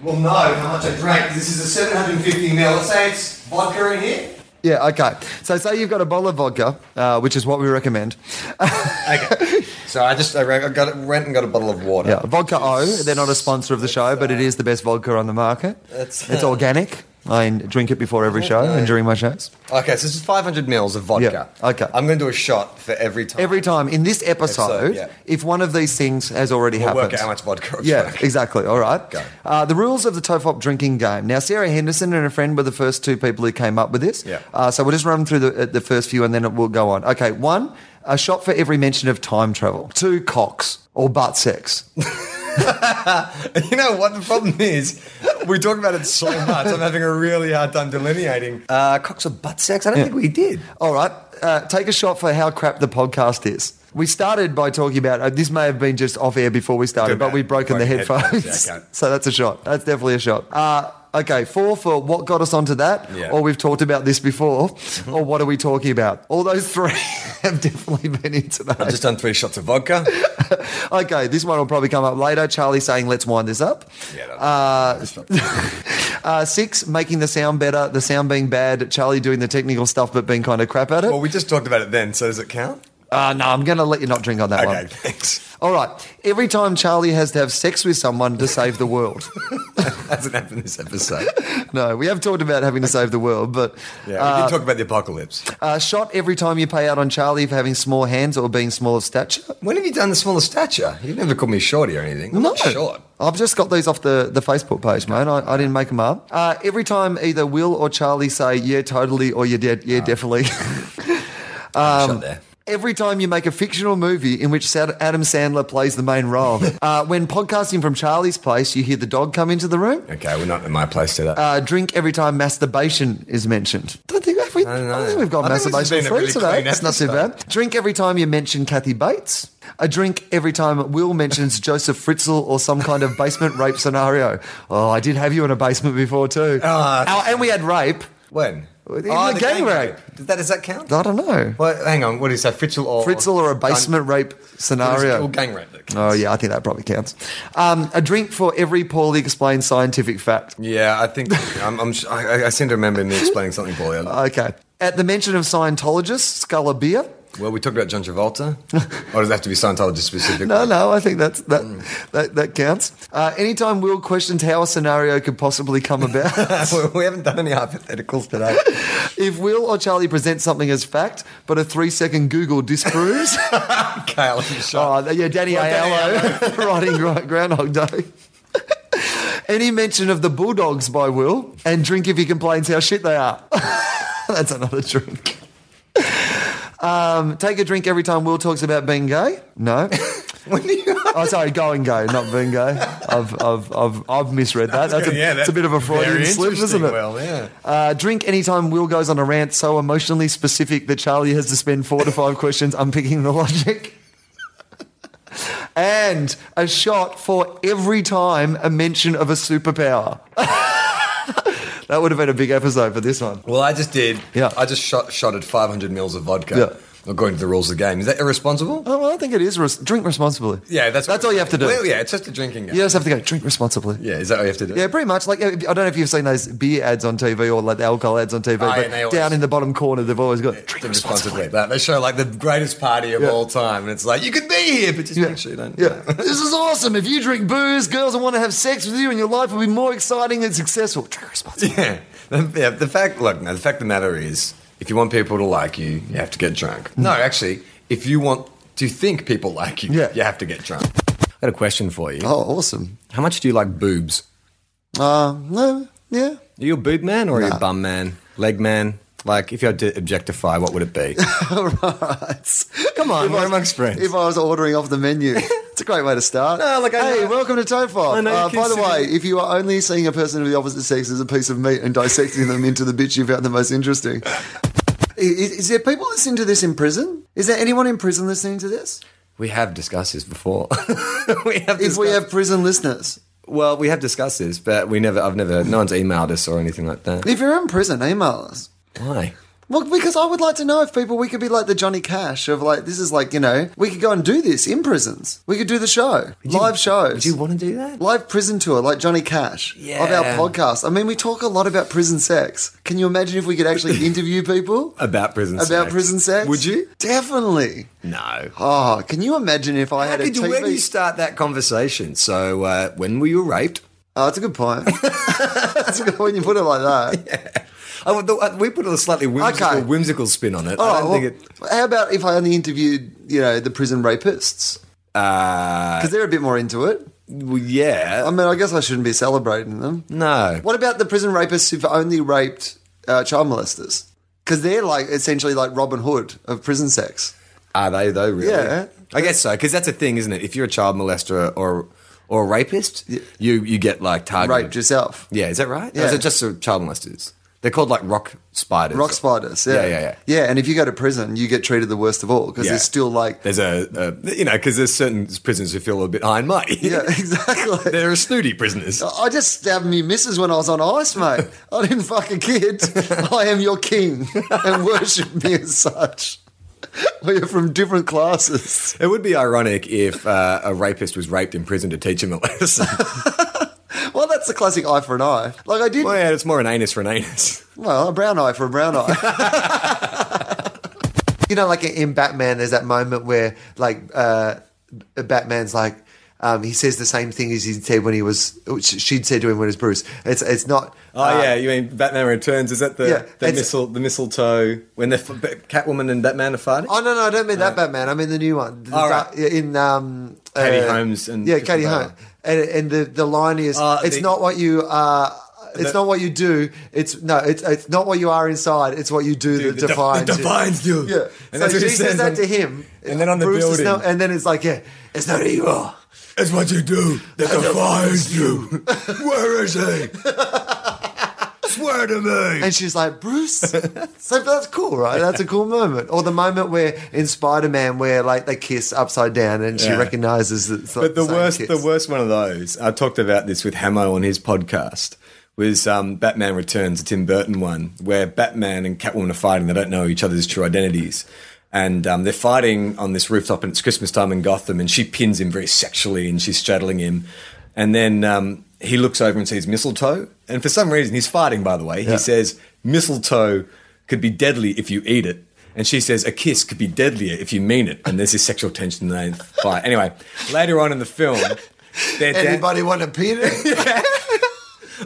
C: we'll know how much I drank. This is a 750 ml. Let's say it's vodka in here.
A: yeah, okay. So, say you've got a bottle of vodka, uh, which is what we recommend.
C: Okay. so I just I, ran, I got went and got a bottle of water.
A: Yeah, Vodka O. They're not a sponsor of the show, but it is the best vodka on the market.
C: That's- Oh,
A: it's organic. I drink it before every show and during my shows.
C: Okay, so this is 500 mils of vodka.
A: Yeah, okay.
C: I'm going to do a shot for every time.
A: Every time in this episode,
C: Episode, yeah.
A: if one of these things has already
C: We'll
A: happened,
C: work out how much vodka. I've
A: Yeah,
C: drank.
A: exactly. All right.
C: Go.
A: Uh, the rules of the Tofop drinking game. Now, Sarah Henderson and her friend were the first two people who came up with this.
C: Yeah.
A: Uh, so we'll just run through the, uh, the first few and then it will go on. Okay, one, a shot for every mention of time travel. Two, cocks or butt sex.
C: *laughs* You know what the problem is? We talk about it *laughs* so much. I'm having a really hard time delineating. Uh, cocks or butt sex? I don't think we did.
A: All right, uh, take a shot for how crap the podcast is. We started by talking about uh, this. May have been just off air before we started,
C: Good
A: but
C: man.
A: we've broken the
C: Broken
A: headphones,
C: headphones, yeah, okay.
A: *laughs* so that's a shot. That's definitely a shot. Uh, okay, four for what got us onto that,
C: Yeah. Mm-hmm.
A: or we've talked about this before, or what are we talking about? All those three *laughs* have definitely been into that.
C: I've just done three shots of vodka.
A: okay, this one will probably come up later. Charlie saying, "Let's wind this up."
C: *laughs* Yeah, that-
A: Uh, six, making the sound better. The sound being bad. Charlie doing the technical stuff, but being kind of crap at it.
C: well, we just talked about it then, so does it count?
A: uh, no, I'm going to let you not drink on that
C: Okay,
A: one.
C: thanks. *laughs*
A: All right. Every time Charlie has to have sex with someone to save the world. *laughs*
C: Hasn't happened this episode.
A: no, we have talked about having to save the world, but
C: *laughs* Yeah, we did talk about the apocalypse.
A: uh, shot every time you pay out on Charlie for having small hands or being small of stature.
C: When have you done the smaller stature? You've never called me shorty or anything. I'm
A: No,
C: not short.
A: I've just got these off the, the Facebook page, man. I, I didn't make them up. Uh, every time either Will or Charlie say, yeah, totally, or yeah, de-
C: Uh.
A: yeah definitely. *laughs*
C: shot there.
A: Every time you make a fictional movie in which Sad- Adam Sandler plays the main
C: *laughs*
A: role. uh, when podcasting from Charlie's place, you hear the dog come into the room.
C: Okay, we're not in my place today.
A: uh, drink every time masturbation is mentioned. Don't think have we, I,
C: don't know.
A: think we've got
C: I think this has
A: masturbation
C: been a
A: free
C: really
A: today.
C: clean
A: It's not too
C: episode.
A: bad. Drink every time you mention Kathy Bates. A drink every time Will
C: *laughs*
A: mentions Joseph Fritzl or some kind of basement rape scenario. Oh, I did have you in a basement before too.
C: Ah.
A: oh, and we had rape.
C: when? Oh,
A: in the gang rape.
C: Does that, does that count?
A: I don't know.
C: Well, hang on, what do you say? Fritzl or.
A: Fritzl or a basement rape
C: What is-
A: scenario.
C: Or gang rape. that counts.
A: Oh yeah, I think that probably counts. Um, a drink for every poorly explained scientific fact.
C: Yeah, I think
A: *laughs*
C: I'm, I'm, si seem to remember me explaining something, Paul.
A: Okay. At the mention of Scientologists, skull of beer.
C: Well, we talked about
A: *laughs*
C: John Travolta, or does it have to be Scientologist specific? *laughs*
A: No, no, I think that's that that, that counts. Uh, anytime Will questions how a scenario could possibly come
C: *laughs*
A: about,
C: we haven't done any
A: *laughs*
C: hypotheticals today.
A: if Will or Charlie presents something as fact, but a three-second Google disproves.
C: okay, I'll give it a shot.
A: oh, yeah, Danny *laughs* Aiello writing Gro- Groundhog Day. *laughs* Any mention of the Bulldogs by Will, and drink if he complains how shit they are. *laughs* that's another drink. Um, take a drink every time Will talks about being gay. No.
C: *laughs* When do you?
A: *laughs* Oh, sorry, going gay, not being gay. I've, I've, I've, I've misread that. Oh, That's a,
C: Yeah,
A: it's a bit of a
C: that's very
A: Freudian slip,
C: interesting.
A: isn't it?
C: Well, yeah.
A: Uh, drink anytime Will goes on a rant so emotionally specific that Charlie has to spend four to five questions unpicking the logic. *laughs* And a shot for every time a mention of a superpower. *laughs* that would have been a big episode for this one.
C: Well, I just did.
A: Yeah.
C: I just shot shotted 500 mils of vodka.
A: Yeah.
C: according to the rules of the game. Is that irresponsible?
A: Oh, well, I think it is. Res- drink responsibly.
C: Yeah, that's
A: that's all you have to do.
C: Well, yeah, it's just a drinking game.
A: You just have to go drink responsibly.
C: Yeah, is that what you have to do?
A: Yeah, pretty much. Like I don't know if you've seen those beer ads on TV or like the alcohol ads on TV,
C: Oh, yeah,
A: but
C: they always-
A: down in the bottom corner they've always got drink
C: Drink
A: responsibly.
C: responsibly. That they show like the greatest party of
A: Yeah.
C: all time, and it's like you could be here, but just
A: Yeah.
C: make sure you don't.
A: Yeah. *laughs* this is awesome. If you drink booze, girls will want to have sex with you, and your life will be more exciting and successful. Drink responsibly.
C: Yeah. The, yeah, the fact, look, no, the fact of the matter is, if you want people to like you, you have to get drunk.
A: Hmm.
C: No, actually, if you want to think people like you,
A: Yeah.
C: you have to get drunk. I got a question for you.
A: *laughs* Oh, awesome.
C: How much do you like boobs?
A: Uh, no, yeah. *laughs*
C: Are you a boob man or are you a bum man? Leg man? Like, if you had to objectify, what would
A: *laughs*
C: it be?
A: All right.
C: Come on,
A: If
C: we're
A: I-
C: amongst friends.
A: If I was ordering off the menu, *laughs* it's a great way to start.
C: No, like, I
A: hey,
C: know-
A: welcome to Tofop.
C: I know
A: Uh,
C: you
A: by the
C: consider-
A: way, if you are only seeing a person of the opposite sex as a piece of meat and dissecting them into the bits you found the most interesting. I- i- Is, there people listening to this in prison? Is there anyone in prison listening to this?
C: we have discussed this before. *laughs* we have
A: If
C: discussed,
A: we have prison listeners,
C: well, we have discussed this, but we never, I've never, no one's emailed us or anything like that.
A: if you're in prison, email us.
C: Why?
A: Well, because I would like to know if people we could be like the Johnny Cash of like this is like you know we could go and do this in prisons. We could do the show live shows.
C: Would you want to do that?
A: live prison tour like Johnny Cash of our
C: Yeah.
A: podcast. I mean, we talk a lot about prison sex. Can you imagine if we could
C: *laughs*
A: actually interview people
C: About prison
A: about
C: sex.
A: prison sex?
C: Would you?
A: Definitely.
C: No.
A: Oh, can you imagine if I
C: How
A: had a
C: did you,
A: TV?
C: where do you start that conversation? So, uh, when were you raped?
A: oh, that's a good
C: *laughs*
A: point. that's a good when you put it like that.
C: I, would- uh, we put a slightly whimsical,
A: Okay.
C: whimsical spin on it. I
A: Oh,
C: don't
A: well,
C: think it.
A: how about if I only interviewed you know the prison rapists
C: Uh,
A: because they're a bit more into it.
C: well, yeah.
A: I mean, I guess I shouldn't be celebrating them.
C: no.
A: What about the prison rapists who've only raped uh, child molesters? Because they're like essentially like Robin Hood of prison sex.
C: Are they, though, really?
A: Yeah.
C: I guess so, because that's a thing, isn't it? If you're a child molester or or a rapist, you, you get like targeted.
A: Raped yourself.
C: Yeah, is that right?
A: Yeah.
C: Or is it just uh, child molesters? They're called like rock spiders.
A: Rock spiders. Yeah.
C: Yeah, yeah, yeah.
A: and if you go to prison, you get treated the worst of all because
C: Yeah.
A: there's still like.
C: There's a, a you know, because there's certain prisons who feel a bit high and mighty.
A: *laughs*
C: *laughs*
A: Yeah, exactly. Oh.
C: There are snooty prisoners.
A: I just stabbed me missus when I was on ice, mate. I didn't fuck a kid. I am your king *laughs* and worship me as such. *laughs* We are from different classes.
C: It would be ironic if uh, a rapist was raped in prison to teach him a
A: *laughs*
C: lesson.
A: Well, that's the classic eye for an eye. Like I did.
C: well, yeah, it's more an anus for an anus.
A: Well, a brown eye for a brown eye. *laughs* you know, like in Batman, there's that moment where, like, uh, Batman's like, um, he says the same thing as he said when he was, which she'd said to him when it was Bruce. It's, it's not.
C: Oh
A: uh,
C: yeah, you mean Batman Returns? Is that the
A: Yeah,
C: the
A: it's-
C: mistle the mistletoe when the Catwoman and Batman are fighting?
A: Oh no, no, I don't mean that Batman. I mean the new one. The
C: Uh, All right.
A: Dark- In um,
C: Katie Holmes and
A: yeah,
C: Christian
A: Katie
C: Bale.
A: Holmes. And, and the the line is,
C: Uh,
A: it's
C: the-
A: not what you are. It's not what you do. It's no. It's it's not what you are inside. It's what you do that
C: the-
A: defines
C: the
A: you.
C: defines you.
A: Yeah.
C: And
A: so
C: that's what
A: she
C: he
A: says
C: says
A: that
C: on-
A: to him,
C: and then on the
A: Bruce is
C: building.
A: no- and then it's like, yeah, it's not who you are.
C: It's what you do that defines
A: *laughs*
C: you. Where is he? Swear
A: *laughs*
C: to me.
A: And she's like,
C: *laughs*
A: Bruce. so that's cool, right? That's a cool moment. Or the moment where in Spider Man, where like they kiss upside down, and she
C: Yeah.
A: recognizes that. It's like
C: but the
A: same
C: worst,
A: kiss.
C: the worst one of those. I talked about this with Hamo on his podcast. Was um, Batman Returns, a Tim Burton one, where Batman and Catwoman are fighting. They don't know each other's true identities, and um, they're fighting on this rooftop, and it's Christmas time in Gotham, and she pins him very sexually, and she's straddling him, and then um, he looks over and sees mistletoe, and for some reason he's fighting. By the way, he says mistletoe could be deadly if you eat it. And she says, a kiss could be deadlier if you mean it. And there's this sexual tension there. Fight. Anyway, later on in the film, they're down-
A: Anybody want a
C: *laughs*
A: peanut?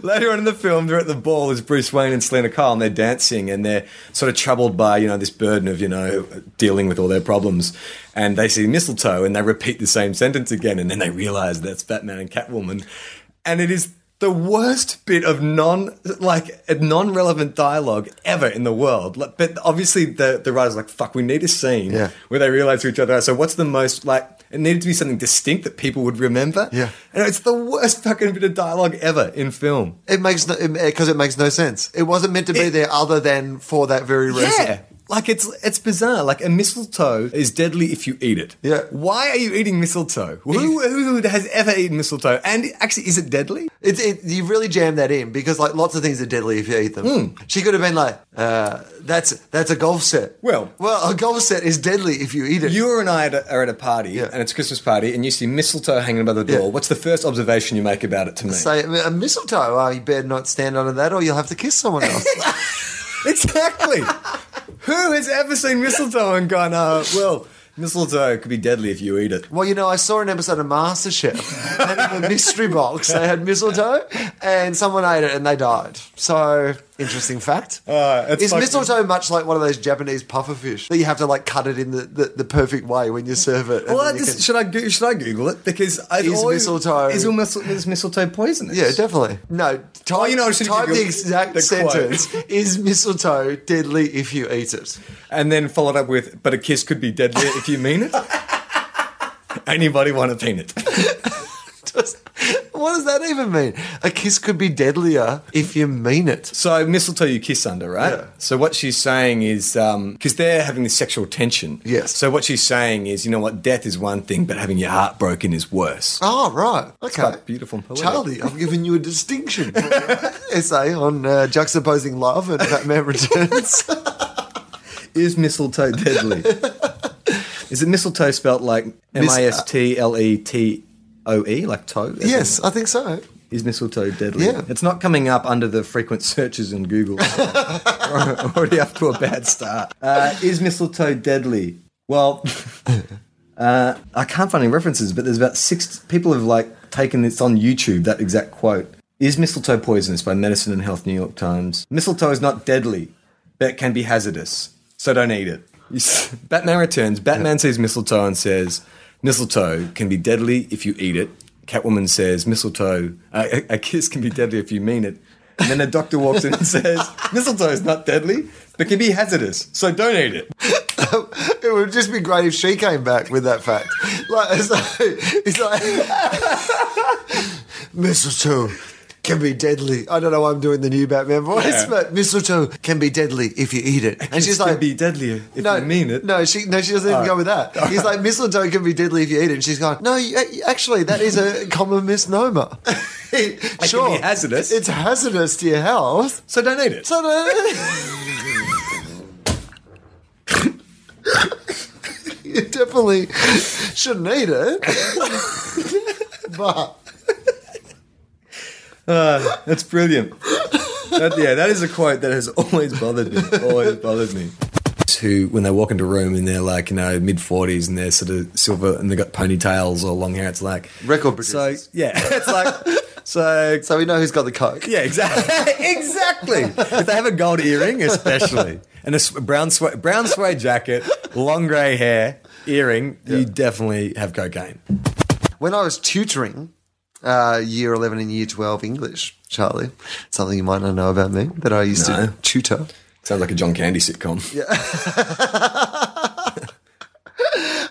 C: later on in the film, they're at the ball as Bruce Wayne and Selena Kyle, and they're dancing, and they're sort of troubled by you know this burden of you know dealing with all their problems, and they see mistletoe, and they repeat the same sentence again, and then they realize that's Batman and Catwoman, and it is. The worst bit of non like non relevant dialogue ever in the world, Like, but obviously the the writer's like, "Fuck, we need a scene
A: Yeah.
C: where they realize who each other are." So what's the most like? It needed to be something distinct that people would remember.
A: Yeah.
C: and it's the worst fucking bit of dialogue ever in film.
A: it makes no because it, makes no sense. It wasn't meant to be there other than for that very reason.
C: Yeah. Like it's it's bizarre. Like a mistletoe is deadly if you eat it.
D: Yeah.
C: Why are you eating mistletoe? Who, who has ever eaten mistletoe? And actually, is it deadly?
A: It's it, you really jammed that in because like lots of things are deadly if you eat them.
C: Hmm.
A: She could have been like, uh, "That's that's a golf set."
C: Well-
A: well, a golf set is deadly if you eat it.
C: You and I are at a- are at a party,
A: Yeah.
C: and it's a Christmas party, and you see mistletoe hanging by the door.
A: Yeah.
C: What's the first observation you make about it to me?
A: say a mistletoe. Oh, you better not stand under that, or you'll have to kiss someone else.
C: *laughs* *laughs* exactly. who has ever seen mistletoe and gone, uh, well, mistletoe could be deadly if you eat it?
A: well, you know, I saw an episode of MasterChef, and in the mystery box they had mistletoe, and someone ate it and they died. So interesting fact.
C: Uh, it's
A: is
C: like-
A: mistletoe much like one of those Japanese puffer fish that you have to like cut it in the, the, the perfect way when you serve it? and
C: Well, I
A: then you
C: just-
A: can-
C: should I go- should I Google it because I
A: Is mistletoe-
C: is, all mistle- is mistletoe
A: *laughs*
C: poisonous?
A: Yeah, definitely. No, type,
C: you know, I should
A: type
C: give
A: the
C: you
A: exact
C: the quote.
A: sentence. Is mistletoe deadly if you eat it?
C: and then followed up with, "But a kiss could be deadly if you
A: *laughs*
C: mean it." Anybody want a peanut?
A: Does- what does that even mean? A kiss could be deadlier if you mean it.
C: So mistletoe you kiss under, right?
A: Yeah.
C: So what she's saying is, because they're having this sexual tension.
A: Yes.
C: So what she's saying is, you know what? Death is one thing, but having your heart broken is worse.
A: Oh, right. Okay.
C: quite beautiful and poetic.
A: Charlie, I've given you a
C: *laughs*
A: distinction for your essay on uh, juxtaposing love and Batman
C: *laughs*
A: Returns.
C: Is mistletoe deadly? *laughs* is it mistletoe spelt like M
A: Mis-
C: I S T L E T O E, like toe? as in-
A: yes, I think so. *laughs*
C: Is mistletoe deadly?
A: Yeah.
C: It's not coming up under the frequent searches in Google. *laughs* We're already up to a bad start. Uh, is mistletoe deadly? Well, uh, I can't find any references, but there's about six people have like taken this on YouTube, that exact quote. Is mistletoe poisonous by Medicine and Health New York Times? Mistletoe is not deadly, but it can be hazardous, so don't eat it. *laughs* Batman returns. Batman sees mistletoe and says, Mistletoe can be deadly if you eat it. Catwoman says, Mistletoe, a, a- a kiss can be deadly if you mean it. And then a doctor walks in and says, *laughs* Mistletoe is not deadly, but can be hazardous, so don't eat it.
A: It would just be great if she came back with that fact. Like, it's like, it's like *laughs* mistletoe can be deadly. I don't know why I'm doing the new Batman voice,
C: Yeah.
A: but mistletoe can be deadly if you eat it. And
C: Kiss
A: she's like,
C: can be deadly if
A: no,
C: you mean it.
A: No, she no, she doesn't even go with that. He's like, mistletoe can be deadly if you eat it. And she's going, no, you- you- actually, that is
C: *laughs*
A: a common misnomer. sure,
C: be hazardous.
A: It's hazardous to your health.
C: So don't eat it.
A: So no. you definitely shouldn't eat it. *laughs* but
C: That's brilliant. That- yeah, that is a quote that has always bothered me. Always bothered me. Who, when they walk into a room and they're like, you know, mid forties and they're sort of silver and they've got ponytails or long hair, it's like
A: Record
C: So
A: producers.
C: yeah, *laughs* it's like so
A: so we know who's got the coke.
C: yeah, exactly, *laughs* exactly. If they have a gold earring, especially, and a s- brown suede, brown suede jacket, long grey hair, earring, you definitely have cocaine.
A: When I was tutoring uh, year eleven and year twelve English, Charlie, something you might not know about me that I used to tutor.
C: Sounds like a John Candy sitcom. Yeah.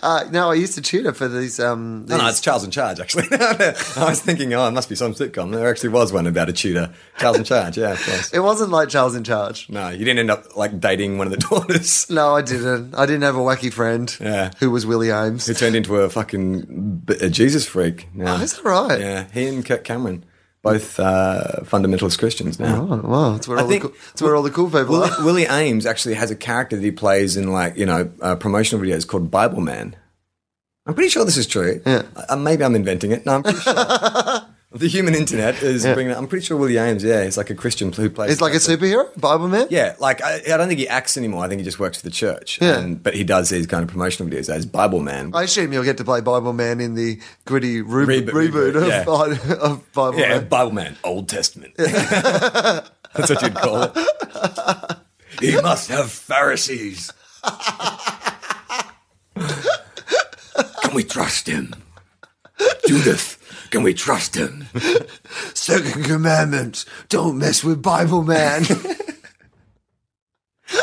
A: Uh, no, I used to tutor for these. Um,
C: No, no,
A: these-
C: it's Charles in Charge, actually. *laughs* I was thinking, oh, it must be some sitcom. There actually was one about a tutor. Charles in Charge, yeah, of course.
A: *laughs* It wasn't like Charles in charge.
C: No, you didn't end up like dating one of the *laughs* daughters
A: No, I didn't. I didn't have a wacky friend
C: Yeah.
A: who was Willie Ames.
C: who turned into a fucking b- a Jesus freak. Yeah.
A: Oh, is that right?
C: Yeah, he and Kirk Cameron, both uh, fundamentalist Christians now.
A: Oh, wow, that's where,
C: I
A: all,
C: think-
A: the cool, that's where all the cool people
C: Willie,
A: are.
C: Willie Ames actually has a character that he plays in like you know uh, promotional videos called Bible Man. I'm pretty sure this is true.
A: Yeah.
C: Uh, maybe I'm inventing it. No,
A: *laughs*
C: I'm pretty sure. the human internet is bringing. I'm pretty sure Willie Ames. Yeah, he's like a Christian who plays.
A: He's like a superhero, Bible man.
C: Yeah, like I, I don't think he acts anymore. I think he just works for the church.
A: Yeah.
C: And, but he does these kind of promotional videos as Bible Man.
A: I assume you'll get to play Bible Man in the gritty re-
C: Reboot,
A: reboot,
C: reboot,
A: of, of Bible
C: yeah,
A: Man.
C: Bible Man,
A: *laughs*
C: Old Testament. That's what you'd call it. He must have Pharisees. Can we trust him? Judith, can we trust him?
A: Second commandment: Don't mess with Bible
C: *laughs*
A: Man.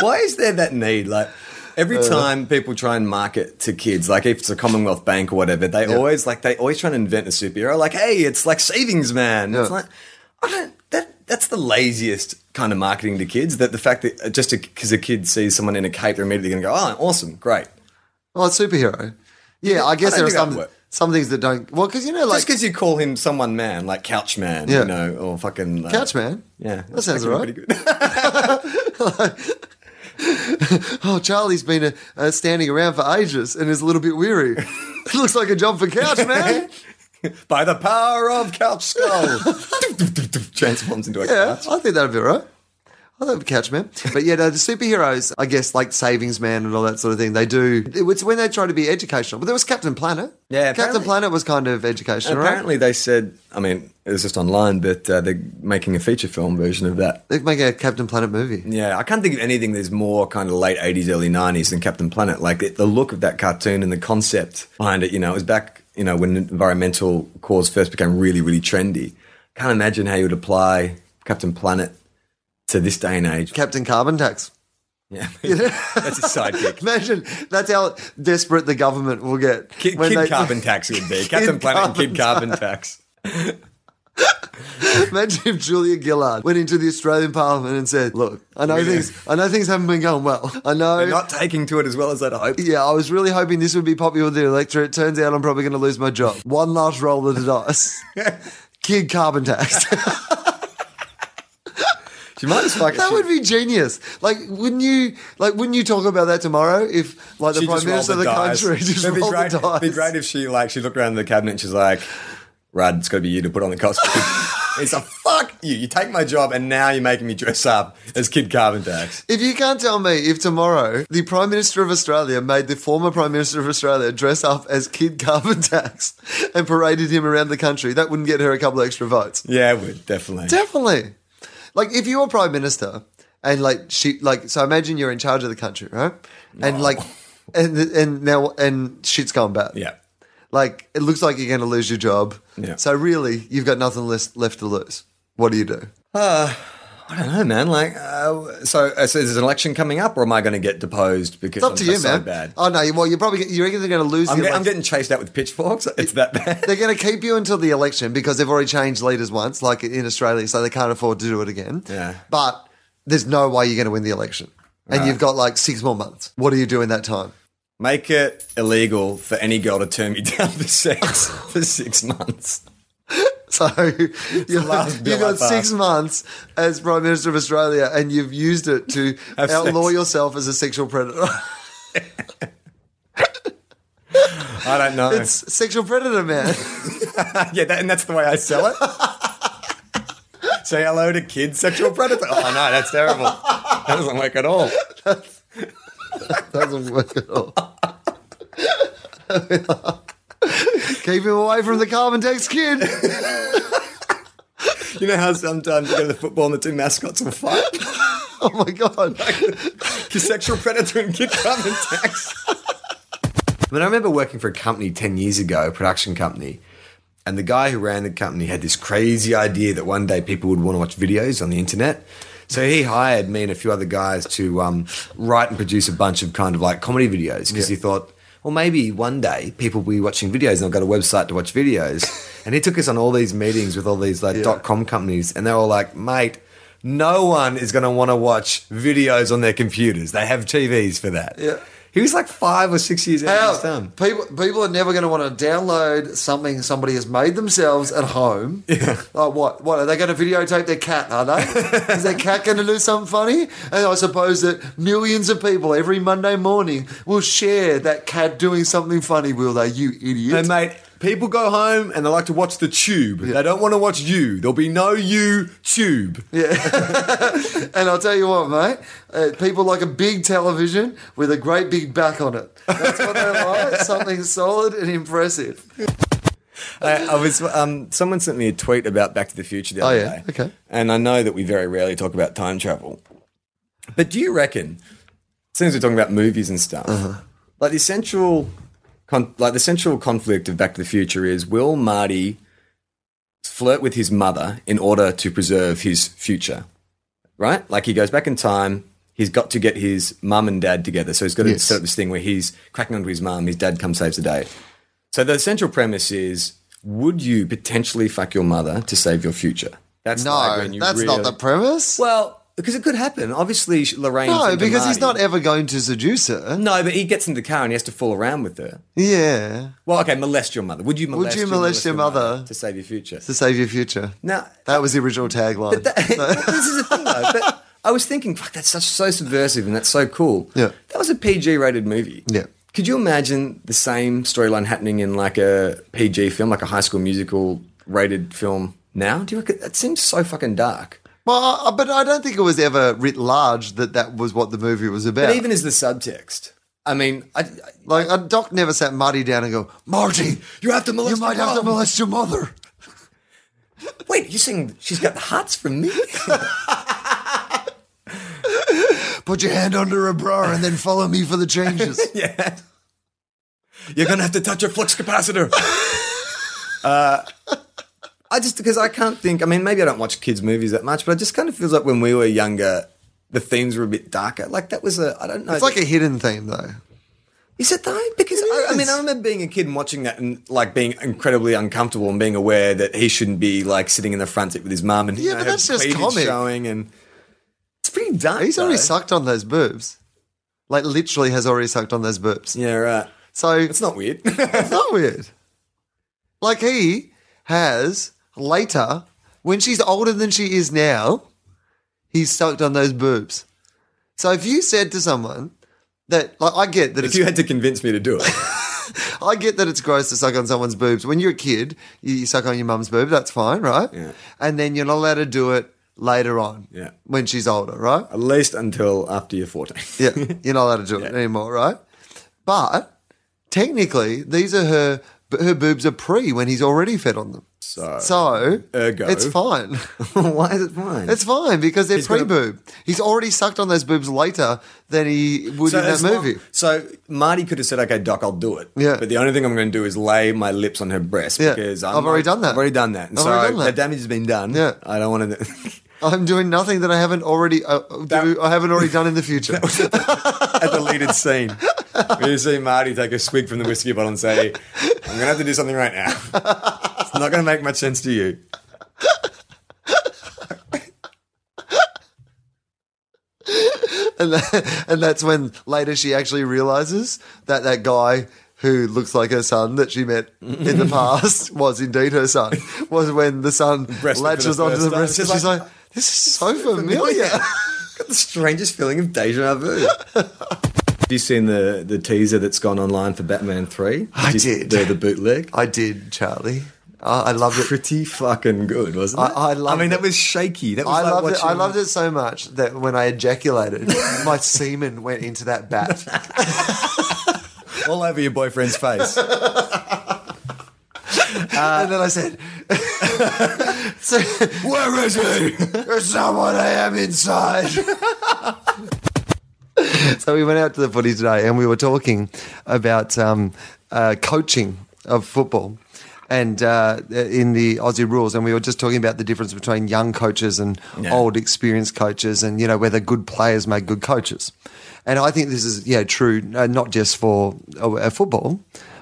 C: Why is there that need? Like every
A: Uh,
C: time people try and market to kids, like if it's a Commonwealth Bank or whatever, they always like they always try and invent a superhero. Like, hey, it's like Savings Man. It's
A: Yeah.
C: like I don't that That's the laziest kind of marketing to kids. That the fact that uh, just because a kid sees someone in a cape, they're immediately going to go, "Oh, awesome, great."
A: Well, it's superhero. Yeah, I guess
C: I
A: there are
C: don't think that
A: some
C: would work.
A: some things that don't. Well, because you know, like
C: Just because you call him someone man, like couch man,
A: Yeah.
C: you know, or fucking uh,
A: Couch Man.
C: Yeah,
A: that sounds
C: fucking
A: alright.
C: pretty good. *laughs*
A: Oh, Charlie's been uh, uh, standing around for ages and is a little bit
C: *laughs*
A: weary. Looks like a job for Couch Man.
C: By the power of couch skull,
A: *laughs*
C: transforms into a
A: Yeah,
C: couch.
A: I think that'd be all right. I love Couch Man. But yeah, no, the superheroes, I guess, like Savings Man and all that sort of thing, they do. It's when they try to be educational. But there was Captain Planet.
C: Yeah,
A: Captain
C: apparently-
A: Planet was kind of educational, right?
C: Apparently, they said. I mean, it was just online, but uh, they're making a feature film version of that.
A: They make a Captain Planet movie.
C: Yeah, I can't think of anything that's more kind of late 80s, early 90s than Captain Planet. Like it, the look of that cartoon and the concept behind it, you know, it was back, you know, when environmental cause first became really, really trendy. Can't imagine how you would apply Captain Planet to this day and age.
A: Captain Carbon Tax. *laughs*
C: yeah. *laughs* that's his sidekick.
A: Imagine that's how desperate the government will get.
C: Kid,
A: when
C: kid
A: they-
C: Carbon Tax would *laughs* be. Captain Planet and Kid Carbon Tax.
A: Imagine *laughs* if Julia Gillard went into the Australian Parliament and said, "Look, I know
C: Yeah.
A: things. I know things haven't been going well. I know."
C: They're not taking to it as well as I'd hoped.
A: yeah, I was really hoping this would be popular with the electorate. Turns out I'm probably going to lose my job. One last roll of the
C: *laughs*
A: dice. Kid carbon tax.
C: She might as fuck
A: that would be genius. Like, wouldn't you? Like, wouldn't you talk about that tomorrow? If like the prime minister of the country *laughs* just
C: It'd be
A: rolled
C: great,
A: the dice.
C: It'd be great if she like she looked around the cabinet and she's like, "Rad, it's got to be you to put on the
A: *laughs*
C: costume." it's like, "Fuck you! You take my job, and now you're making me dress up as Kid Carbon Tax."
A: If you can't tell me if tomorrow the Prime Minister of Australia made the former Prime Minister of Australia dress up as Kid Carbon *laughs* Tax and paraded him around the country, that wouldn't get her a couple extra votes.
C: Yeah, it would definitely.
A: Definitely. Like if you were Prime Minister and like she like so imagine you're in charge of the country, right? And like and and now and shit's gone bad.
C: yeah,
A: Like it looks like you're going to lose your job.
C: Yeah.
A: So really, you've got nothing less left to lose. What do you do?
C: I don't know, man. Like, uh, so, uh, so is an election coming up, or am I going to get deposed because
A: It's up
C: I'm
A: to you,
C: just so
A: man.
C: bad?
A: Oh no, well you're probably you're either going to lose.
C: I'm,
A: the
C: get- I'm
A: election-
C: getting chased out with pitchforks. It's that bad. *laughs*
A: They're going to keep you until the election because they've already changed leaders once, like in Australia, so they can't afford to do it again.
C: Yeah.
A: But there's no way you're going to win the election. And you've got like six more months. What do you do in that time? *laughs*
C: Make it illegal for any girl to turn me *laughs* down for sex for six months.
A: So you've
C: last bill
A: you've got
C: I passed.
A: six months as Prime Minister of Australia and you've used it to
C: *laughs* Have
A: outlaw
C: sex.
A: yourself as a sexual
C: *laughs*
A: predator. *laughs*
C: I don't know.
A: it's sexual predator,
C: *laughs*
A: man.
C: Yeah, that, and that's the way I *laughs* sell it. Say hello to kids, sexual predator. Oh no, that's terrible. That doesn't work at all.
A: Doesn't work at all. *laughs* Keep him away from the carbon tax kid. *laughs*
C: You know how sometimes you go to the football and the two mascots will fight?
A: Oh my
C: *laughs*
A: God.
C: Your sexual predator and kid carbon tax. I mean, I remember working for a company 10 years ago, a production company, and the guy who ran the company had this crazy idea that one day people would want to watch videos on the internet. So he hired me and a few other guys to um, write and produce a bunch of kind of like comedy videos because he thought, well, maybe one day people will be watching videos and they'll go to a website to watch videos. and he took us on all these meetings with all these like dot com companies, and they were all like, mate, no one is going to want to watch videos on their computers. They have TVs for that.
A: Yeah.
C: He was like five or six years out of
A: How,
C: his time.
A: people people are never going to want to download something somebody has made themselves at
C: *laughs*
A: home. Yeah. Like what? What are they going to videotape their cat? Are they? Is their cat going to do something funny? And I suppose that millions of people every Monday morning will share that cat doing something funny. Will they? You
C: Hey,
A: idiot!
C: mate, people go home and they like to watch the tube. They don't want to watch you. There'll be no you tube.
A: and I'll tell you what, mate. Uh, people like a big television with a great big back on it. That's what they
C: *laughs*
A: like. Something solid and impressive.
C: I, I was. Um, someone sent me a tweet about Back to the Future the
A: Oh,
C: other
A: yeah.
C: day.
A: Okay.
C: And I know that we very rarely talk about time travel, but do you reckon, since we're talking about movies and stuff,
A: Uh-huh.
C: like the central, con- like the central conflict of Back to the Future is will Marty flirt with his mother in order to preserve his future? Right. Like he goes back in time. He's got to get his mum and dad together, so he's got to
A: Yes.
C: set up this thing where he's cracking onto his mum. His dad comes saves the day. So the central premise is: Would you potentially fuck your mother to save your future? That's like
A: no,
C: when you
A: that's not
C: really-
A: the premise.
C: Well, because it could happen. Obviously, sh- Lorraine.
A: no, because he's not e- ever going to seduce her.
C: No, but he gets in the car and he has to fool around with her.
A: Yeah,
C: Well, okay, molest your mother. Would you molest?
A: you
C: your-
A: molest your mother?
C: to save your future?
A: to save your future.
C: Now,
A: That was the original tagline.
C: that, *laughs* this is the thing though. But I was thinking, fuck, that's such, so subversive and that's so cool.
A: Yeah.
C: that was a PG-rated movie.
A: Yeah.
C: could you imagine the same storyline happening in like a PG film, like a High School Musical rated film? Now, do you reckon that seems so fucking dark?
A: well, I- but I don't think it was ever writ large that that was what the movie was about.
C: But even as the subtext, I mean, I, I,
A: like, a doc never sat Marty down and go, Marty,
C: You have to molest
A: You might
C: your
A: have to
C: mom."
A: molest your mother.
C: Wait, you're saying she's got the hearts from me? *laughs*
A: Put your hand under her bra and then follow me for the
C: *laughs*
A: changes.
C: yeah. You're gonna have to touch her flux *laughs* capacitor. uh, I just because I can't think. I mean, maybe I don't watch kids' movies that much, but it just kind of feels like when we were younger, the themes were a bit darker. Like that was a I don't know.
A: It's like a hidden theme, though.
C: is it though? Because I, I mean,
A: is.
C: I remember being a kid and watching that and like being incredibly uncomfortable and being aware that he shouldn't be like sitting in the front seat with his mum and you
A: Yeah,
C: know,
A: but
C: her
A: that's just
C: cleavage
A: comic.
C: showing and it's pretty dark.
A: He's already
C: though.
A: sucked on those boobs. Like, literally has already sucked on those boobs.
C: Yeah, right.
A: So
C: It's not weird.
A: It's not weird. Like he has later, when she's older than she is now, he's sucked on those boobs. So if you said to someone that, like, I get that
C: *laughs* if
A: it's,
C: you had to convince me to do it.
A: I get that it's gross to suck on someone's boobs. When you're a kid, you, you suck on your mum's boob. That's fine, right?
C: Yeah.
A: And then you're not allowed to do it later on.
C: Yeah.
A: When she's older, right?
C: At least until after you're 14. *laughs*
A: Yeah, you're not allowed to do it anymore, right? But technically, these are her her boobs are pre when he's already fed on them.
C: So,
A: So
C: Ergo.
A: it's
C: *laughs*
A: fine.
C: why is it fine?
A: It's fine because they're
C: He's gonna-
A: pre boob. He's already sucked on those boobs later than he would in that
C: as long-
A: movie.
C: so Marty could have said, "Okay, Doc, I'll do it."
A: Yeah.
C: But the only thing I'm going to do is lay my lips on her breast
A: Yeah.
C: because i
A: I've already done that.
C: I've already done that. And
A: I've
C: so
A: already done that.
C: the damage has been done.
A: Yeah.
C: I don't *laughs* want to.
A: I'm doing nothing that I haven't already uh, do,
C: That-
A: I haven't already done in the future.
C: a deleted scene. When you see Marty take a swig from the whiskey bottle and say, "I'm going to have to do something right now." *laughs* It's not going to make much sense to you.
A: and, that- and that's when later she actually realizes that that guy who looks like her son that she met in
C: *laughs*
A: the past was indeed her son. Was when the son
C: for the
A: latches onto
C: first
A: the
C: time.
A: breast.
C: She's
A: and She's
C: like,
A: like, "This is so familiar."
C: Got the strangest feeling of deja vu. Have you seen the, the teaser that's gone online for Batman 3?
A: I
C: you-
A: did.
C: The, the bootleg?
A: I did, Charlie. I, I loved it.
C: Pretty fucking good, wasn't it?
A: I- I loved
C: I mean,
A: it.
C: that was shaky. That was
A: I
C: like
A: loved it.
C: watching-
A: I loved it so much that when I ejaculated, my semen went into that
C: *laughs*
A: bat.
C: All over your boyfriend's face. Uh,
A: and then I said, *laughs* so, *laughs* "Where is he? There's someone I am inside." *laughs* so we went out to the footy today, and we were talking about um, uh, coaching of football. And uh, in the Aussie rules, and we were just talking about the difference between young coaches and
C: Yeah.
A: old, experienced coaches, and you know whether good players make good coaches. And I think this is yeah true, uh, not just for uh, uh, football,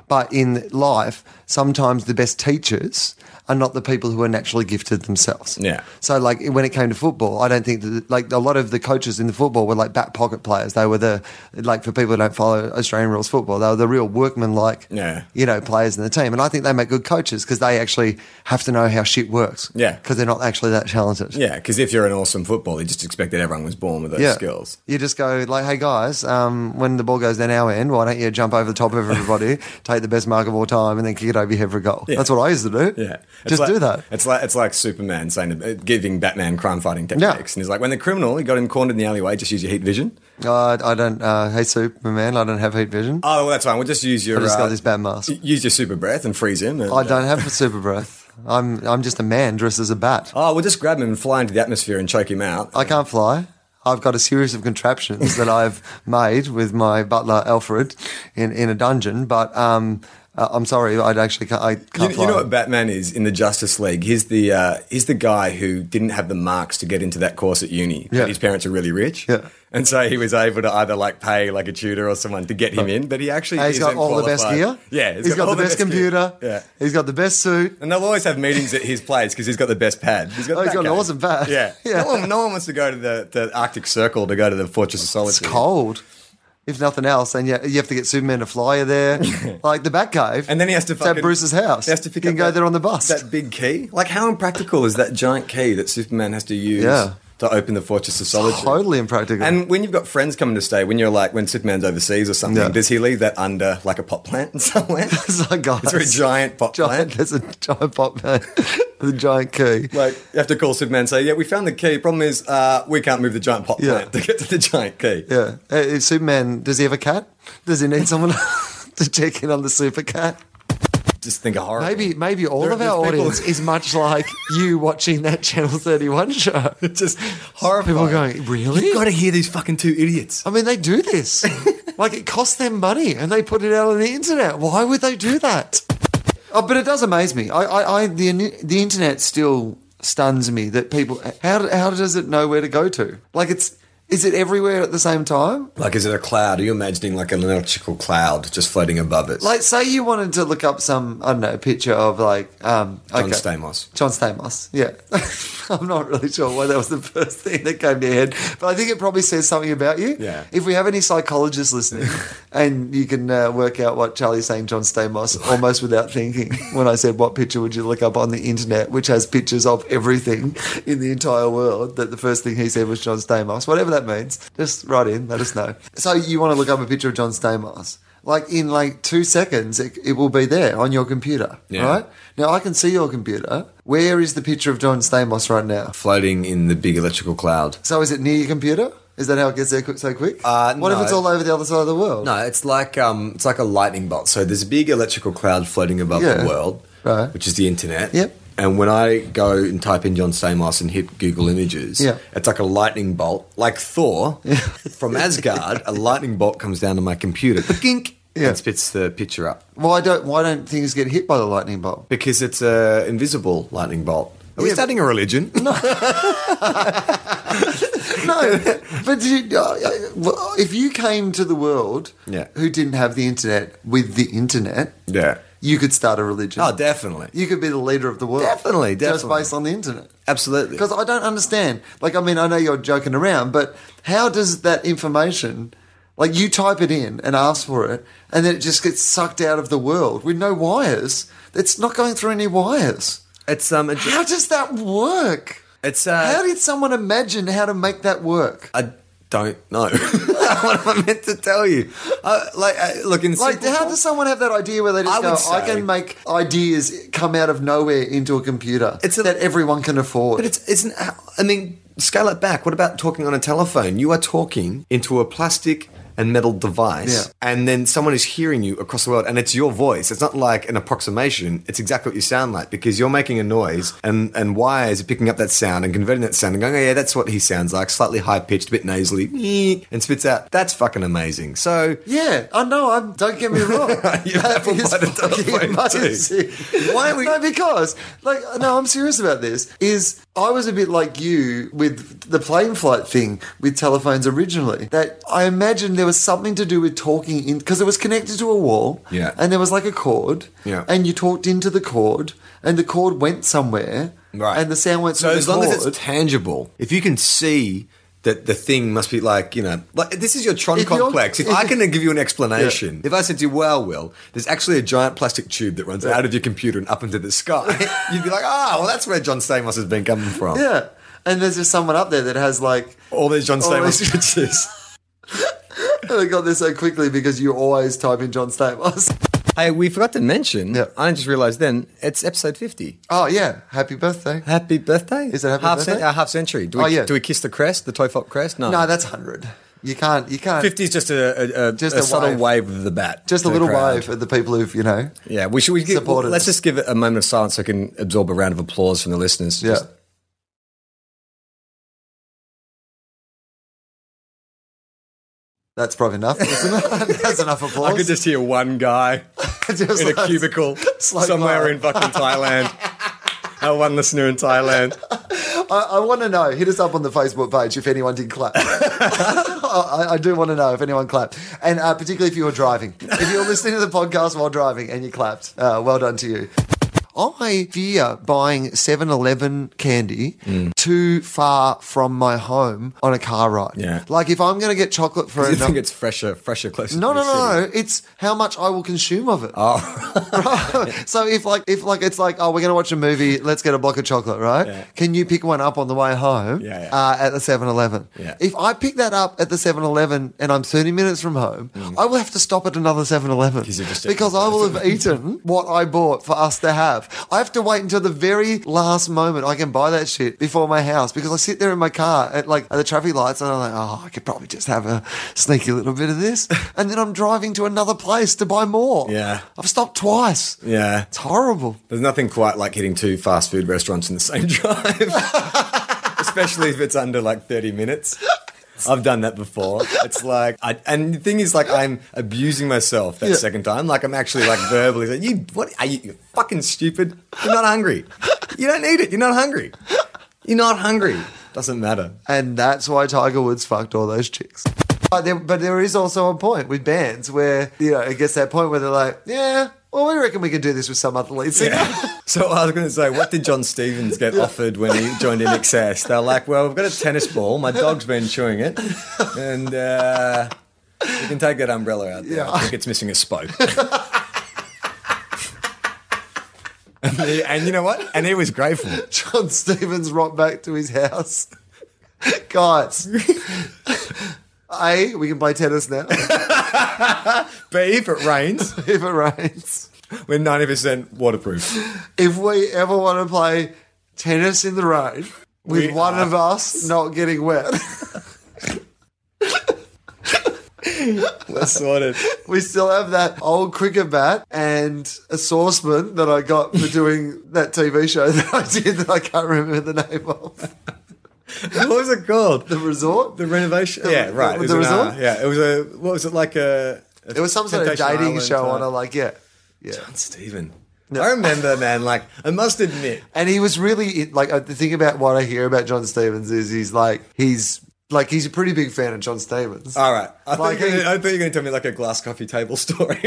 A: but in life. Sometimes the best teachers are not the people who are naturally gifted themselves.
C: Yeah.
A: So like when it came to football, I don't think that like a lot of the coaches in the football were like back pocket players. They were the like for people who don't follow Australian rules football, they were the real workman like
C: Yeah.
A: you know players in the team. And I think they make good coaches because they actually have to know how shit works.
C: Yeah.
A: Because they're not actually that talented.
C: yeah, because if you're an awesome footballer, you just expect that everyone was born with those skills.
A: You just go like, "Hey guys, um, when the ball goes down our end, why don't you jump over the top of
C: *laughs*
A: everybody, take the best mark of all time, and then kick it over your head for a goal?" That's what I used to do.
C: Yeah, It's
A: just
C: like-
A: do that.
C: It's like it's like Superman saying uh, giving Batman crime fighting techniques,
A: Yeah.
C: and he's like, when the criminal he got him cornered in the alleyway, just use your heat vision.
A: Uh, I don't. Uh, hey Superman, I don't have heat vision.
C: Oh, well, that's fine. We'll just use your.
A: I just
C: uh,
A: got this bad mask.
C: Use your super breath and freeze him. and,
A: I
C: uh,
A: don't have a super breath. I'm I'm just a man dressed as a bat.
C: Oh, we'll just grab him and fly into the atmosphere and choke him out.
A: I can't fly. I've got a series of contraptions that I've made with my butler Alfred in, in a dungeon, but um, Uh, I'm sorry, I actually can't. I
C: You,
A: can't
C: you
A: fly.
C: know what Batman is in the Justice League? He's the uh, he's the guy who didn't have the marks to get into that course at uni.
A: Yeah.
C: But his parents are really rich,
A: Yeah.
C: and so he was able to either like pay like a tutor or someone to get him in. But he actually
A: And he's got
C: isn't
A: all the best gear.
C: qualified. Yeah,
A: he's got,
C: all
A: the best,
C: gear.
A: computer.
C: Yeah,
A: he's got the best suit.
C: and they'll always have meetings at his place because he's got the best pad. He's got,
A: Oh, he's got
C: that
A: an
C: going.
A: awesome pad.
C: Yeah,
A: *laughs* Yeah.
C: No, one, no one wants to go to the, the Arctic Circle to go to the Fortress of Solitude.
A: It's cold, if nothing else, and you, you have to get Superman to fly you
C: *laughs*
A: there, like the Batcave.
C: And then he has to
A: It's at
C: fucking,
A: Bruce's house.
C: He has to pick
A: you
C: up
A: can go
C: that-
A: there on the bus.
C: That big key. Like, how impractical is that giant key that Superman has to use
A: Yeah.
C: to open the Fortress of Solitude?
A: totally impractical.
C: And when you've got friends coming to stay, when you're like, when Superman's overseas or something,
A: Yeah.
C: does he leave that under like a pot plant *laughs* somewhere?
A: *laughs* it's like guys,
C: It's
A: *laughs*
C: a very giant pot
A: giant.
C: plant.
A: There's a giant pop man, *laughs* with a giant key.
C: Like, you have to call Superman and say, yeah, we found the key. Problem is, uh, we can't move the giant pot
A: Yeah.
C: plant to get to the giant key.
A: Yeah. Uh, If Superman, does he have a cat? Does he need someone *laughs* to check in on the super cat?
C: Just think of horror.
A: Maybe, maybe all
C: There-
A: of our
C: there's people-
A: audience is much like you watching that Channel 31 show.
C: *laughs* Just horrible.
A: People are going, really?
C: You've got to hear these fucking two idiots.
A: I mean, they do
C: *laughs*
A: this. like, it costs them money and they put it out on the internet. Why would they do that? Oh, but it does amaze me. I, I, I the, the internet still stuns me that people, how, how does it know where to go to? Like, it's, is it everywhere at the same time?
C: Like, is it a cloud? Are you imagining like an electrical cloud just floating above us?
A: Like, say you wanted to look up some, I don't know, picture of like um,
C: John
A: okay.
C: Stamos.
A: John Stamos. Yeah, *laughs* I'm not really sure why that was the first thing that came to head, but I think it probably says something about you.
C: Yeah.
A: If we have any psychologists
C: *laughs*
A: listening, and you can uh, work out what Charlie's saying, John Stamos, almost without thinking, when I said what picture would you look up on the internet, which has pictures of everything in the entire world, that the first thing he said was John Stamos, whatever that means. Just write in, let us know. So you want to look up a picture of John Stamos? Like in like two seconds, it, it will be there on your computer,
C: Yeah.
A: right? Now I can see your computer. Where is the picture of John Stamos right now?
C: floating in the big electrical cloud.
A: So is it near your computer? Is that how it gets there quick, so quick?
C: Uh,
A: what
C: no.
A: if it's all over the other side of the world?
C: No, it's like um, it's like a lightning bolt. So there's a big electrical cloud floating above
A: Yeah.
C: the world,
A: Right.
C: which is the internet.
A: Yep.
C: And when I go and type in John Stamos and hit Google Images,
A: Yeah.
C: it's like a lightning bolt, like Thor from Asgard. a lightning bolt comes down to
A: *laughs*
C: my computer, gink,
A: Yeah.
C: and spits the picture up
A: Why don't Why don't things get hit by the lightning bolt?
C: because it's a invisible lightning bolt. Are we
A: Yeah,
C: starting a religion? No.
A: No, but did you, uh, uh, well, if you came to the world,
C: Yeah.
A: who didn't have the internet with the internet,
C: *laughs* Yeah.
A: you could start a religion.
C: Oh, definitely.
A: you could be the leader of the world.
C: Definitely,
A: Just
C: definitely.
A: based on the internet.
C: Absolutely.
A: Because I don't understand. Like, I mean, I know you're joking around, but how does that information, like, you type it in and ask for it, and then it just gets sucked out of the world with no wires? It's not going through any wires.
C: It's um. It,
A: How does that work?
C: it's uh.
A: How did someone imagine how to make that work?
C: I don't know. *laughs* what am I meant to tell you? Uh, like, uh, look in
A: Like,
C: simple
A: how
C: terms-
A: does someone have that idea where they just
C: I
A: go,
C: would say-
A: I can make ideas come out of nowhere into a computer
C: It's a-
A: that everyone can afford?
C: But it's it's an. I mean, scale it back. What about talking on a telephone? You are talking into a plastic and metal device,
A: Yeah.
C: and then someone is hearing you across the world, and it's your voice. It's not like an approximation. It's exactly what you sound like because you're making a noise, and and wires are picking up that sound and converting that sound and going, oh yeah, that's what he sounds like, slightly high pitched, a bit nasally, *laughs* and spits out. That's fucking amazing. So
A: Yeah, I know. I'm. Don't get me *laughs* wrong.
C: You're baffled by the telephone too.
A: Why are we? No, because like no, I'm serious about this. Is I was a bit like you with the plane flight thing with telephones originally. That I imagined there was something to do with talking in because it was connected to a wall.
C: Yeah.
A: and there was like a cord.
C: Yeah.
A: and you talked into the cord, and the cord went somewhere.
C: Right.
A: and the sound went.
C: So
A: through
C: as
A: the
C: long
A: cord,
C: as it's tangible, if you can see that the thing must be like, you know, like this is your Tron
A: If you're-
C: complex. If *laughs* I can give you an explanation, if I said to you, well, Will, there's actually a giant plastic tube that runs out of your computer and up into the *laughs* sky, you'd be like, ah, well, that's where John Stamos has been coming from.
A: yeah, and there's just someone up there that has like
C: All these John
A: All
C: Stamos *laughs*
A: these-
C: pictures.
A: I got there so quickly because you always type in John Stamos. *laughs*
C: Hey, we forgot to mention,
A: Yeah.
C: I just realized then, it's episode 50.
A: Oh yeah, happy birthday.
C: Happy birthday.
A: Is it happy
C: half
A: birthday?
C: uh, half century. Do we,
A: Oh, yeah.
C: do we kiss the crest, the Tofop crest? No.
A: No, that's hundred. You can't. You can't.
C: 50 is just a, a, a,
A: Uh, Just
C: a
A: a
C: subtle
A: wave.
C: wave. of the bat.
A: just a
C: to the
A: little
C: crowd.
A: wave at the people who've you know.
C: Yeah, we should. We give,
A: Supported.
C: let's just give it a moment of silence so I can absorb a round of applause from the listeners.
A: Yeah.
C: Just-
A: That's probably enough. Isn't it? *laughs* That's enough applause.
C: I could just hear
A: *laughs*
C: one guy
A: Just
C: in a
A: like- *laughs*
C: cubicle
A: slow
C: somewhere
A: fire.
C: in fucking
A: *laughs*
C: Thailand. Our one listener in Thailand.
A: I, I want to know. Hit us up on the Facebook page if anyone did clap. I, I do want to know if anyone clapped, and uh, particularly if you were driving. If you're listening to the podcast while driving and you clapped, uh, well done to you. I fear buying 7 Eleven candy too far from my home on a car ride.
C: Yeah.
A: Like if I'm going to get chocolate for
C: You
A: enough.
C: think it's fresher, fresher, closer?
A: No,
C: to
A: no,
C: the city.
A: no. It's how much I will consume of it. *laughs* Oh, so if like if like it's like oh we're gonna watch a movie, let's get a block of chocolate, right?
C: Yeah.
A: Can you pick one up on the way home?
C: Yeah, yeah.
A: Uh, at the 7-Eleven.
C: Yeah.
A: If I pick that up at the 7-Eleven and I'm thirty minutes from home, I will have to stop at another 7-Eleven
C: you've Mm. just eaten
A: because I will have eaten what I bought for us to have. I have to wait until the very last moment I can buy that shit before my house because I sit there in my car at like at the traffic lights and I'm like, oh, I could probably just have a sneaky little bit of this, and then I'm driving to another place to buy more.
C: Yeah.
A: I've stopped twice.
C: Yeah.
A: It's horrible.
C: There's nothing quite like hitting two fast food restaurants in the same *laughs* drive, especially if it's under like 30 minutes. I've done that before. It's like, I, and the thing is, like, I'm abusing myself that
A: Yeah.
C: second time. Like, I'm actually like verbally like, "You, what are you? You're fucking stupid. You're not hungry. You don't need it. You're not hungry. You're not hungry. Doesn't matter."
A: And that's why Tiger Woods fucked all those chicks. But there, but there is also a point with bands where, you know, it gets that point where they're like, yeah, well, we reckon we can do this with some athletes.
C: *laughs* So I was going to say, what did John Stevens get offered when he joined in excess? They're like, well, we've got a tennis ball. My dog's been chewing it, and uh, you can take that umbrella out there. I think it's missing a spoke. *laughs* and, he- and you know what? And he was grateful.
A: *laughs* John Stevens rocked back to his house. *laughs* Guys, A, we can play tennis now *laughs*
C: But if it rains,
A: if it rains.
C: we're ninety percent waterproof.
A: If we ever want to play tennis in the rain with
C: We
A: one
C: are-
A: of us not getting wet, *laughs*
C: We're sorted.
A: we still have that old cricket bat and a saucepan that I got
C: *laughs*
A: for doing that TV show that I did that I can't remember the name of.
C: What was it called?
A: The resort?
C: The renovation. yeah, right.
A: the-
C: it was
A: the
C: an, uh,
A: resort?
C: yeah, it was a. What was it like a? a
A: It was some sort of
C: Temptation
A: dating
C: Island
A: show
C: type-
A: on a, like, yeah. Yeah.
C: Stephen. I remember, man. Like, I must admit,
A: And he was really like uh, the thing about what I hear about John Stevens is he's like he's like he's a pretty big fan of John Stevens.
C: all right. I,
A: Like,
C: thought, you were
A: he-
C: gonna, I thought you were going to tell me like a glass coffee table *laughs* story.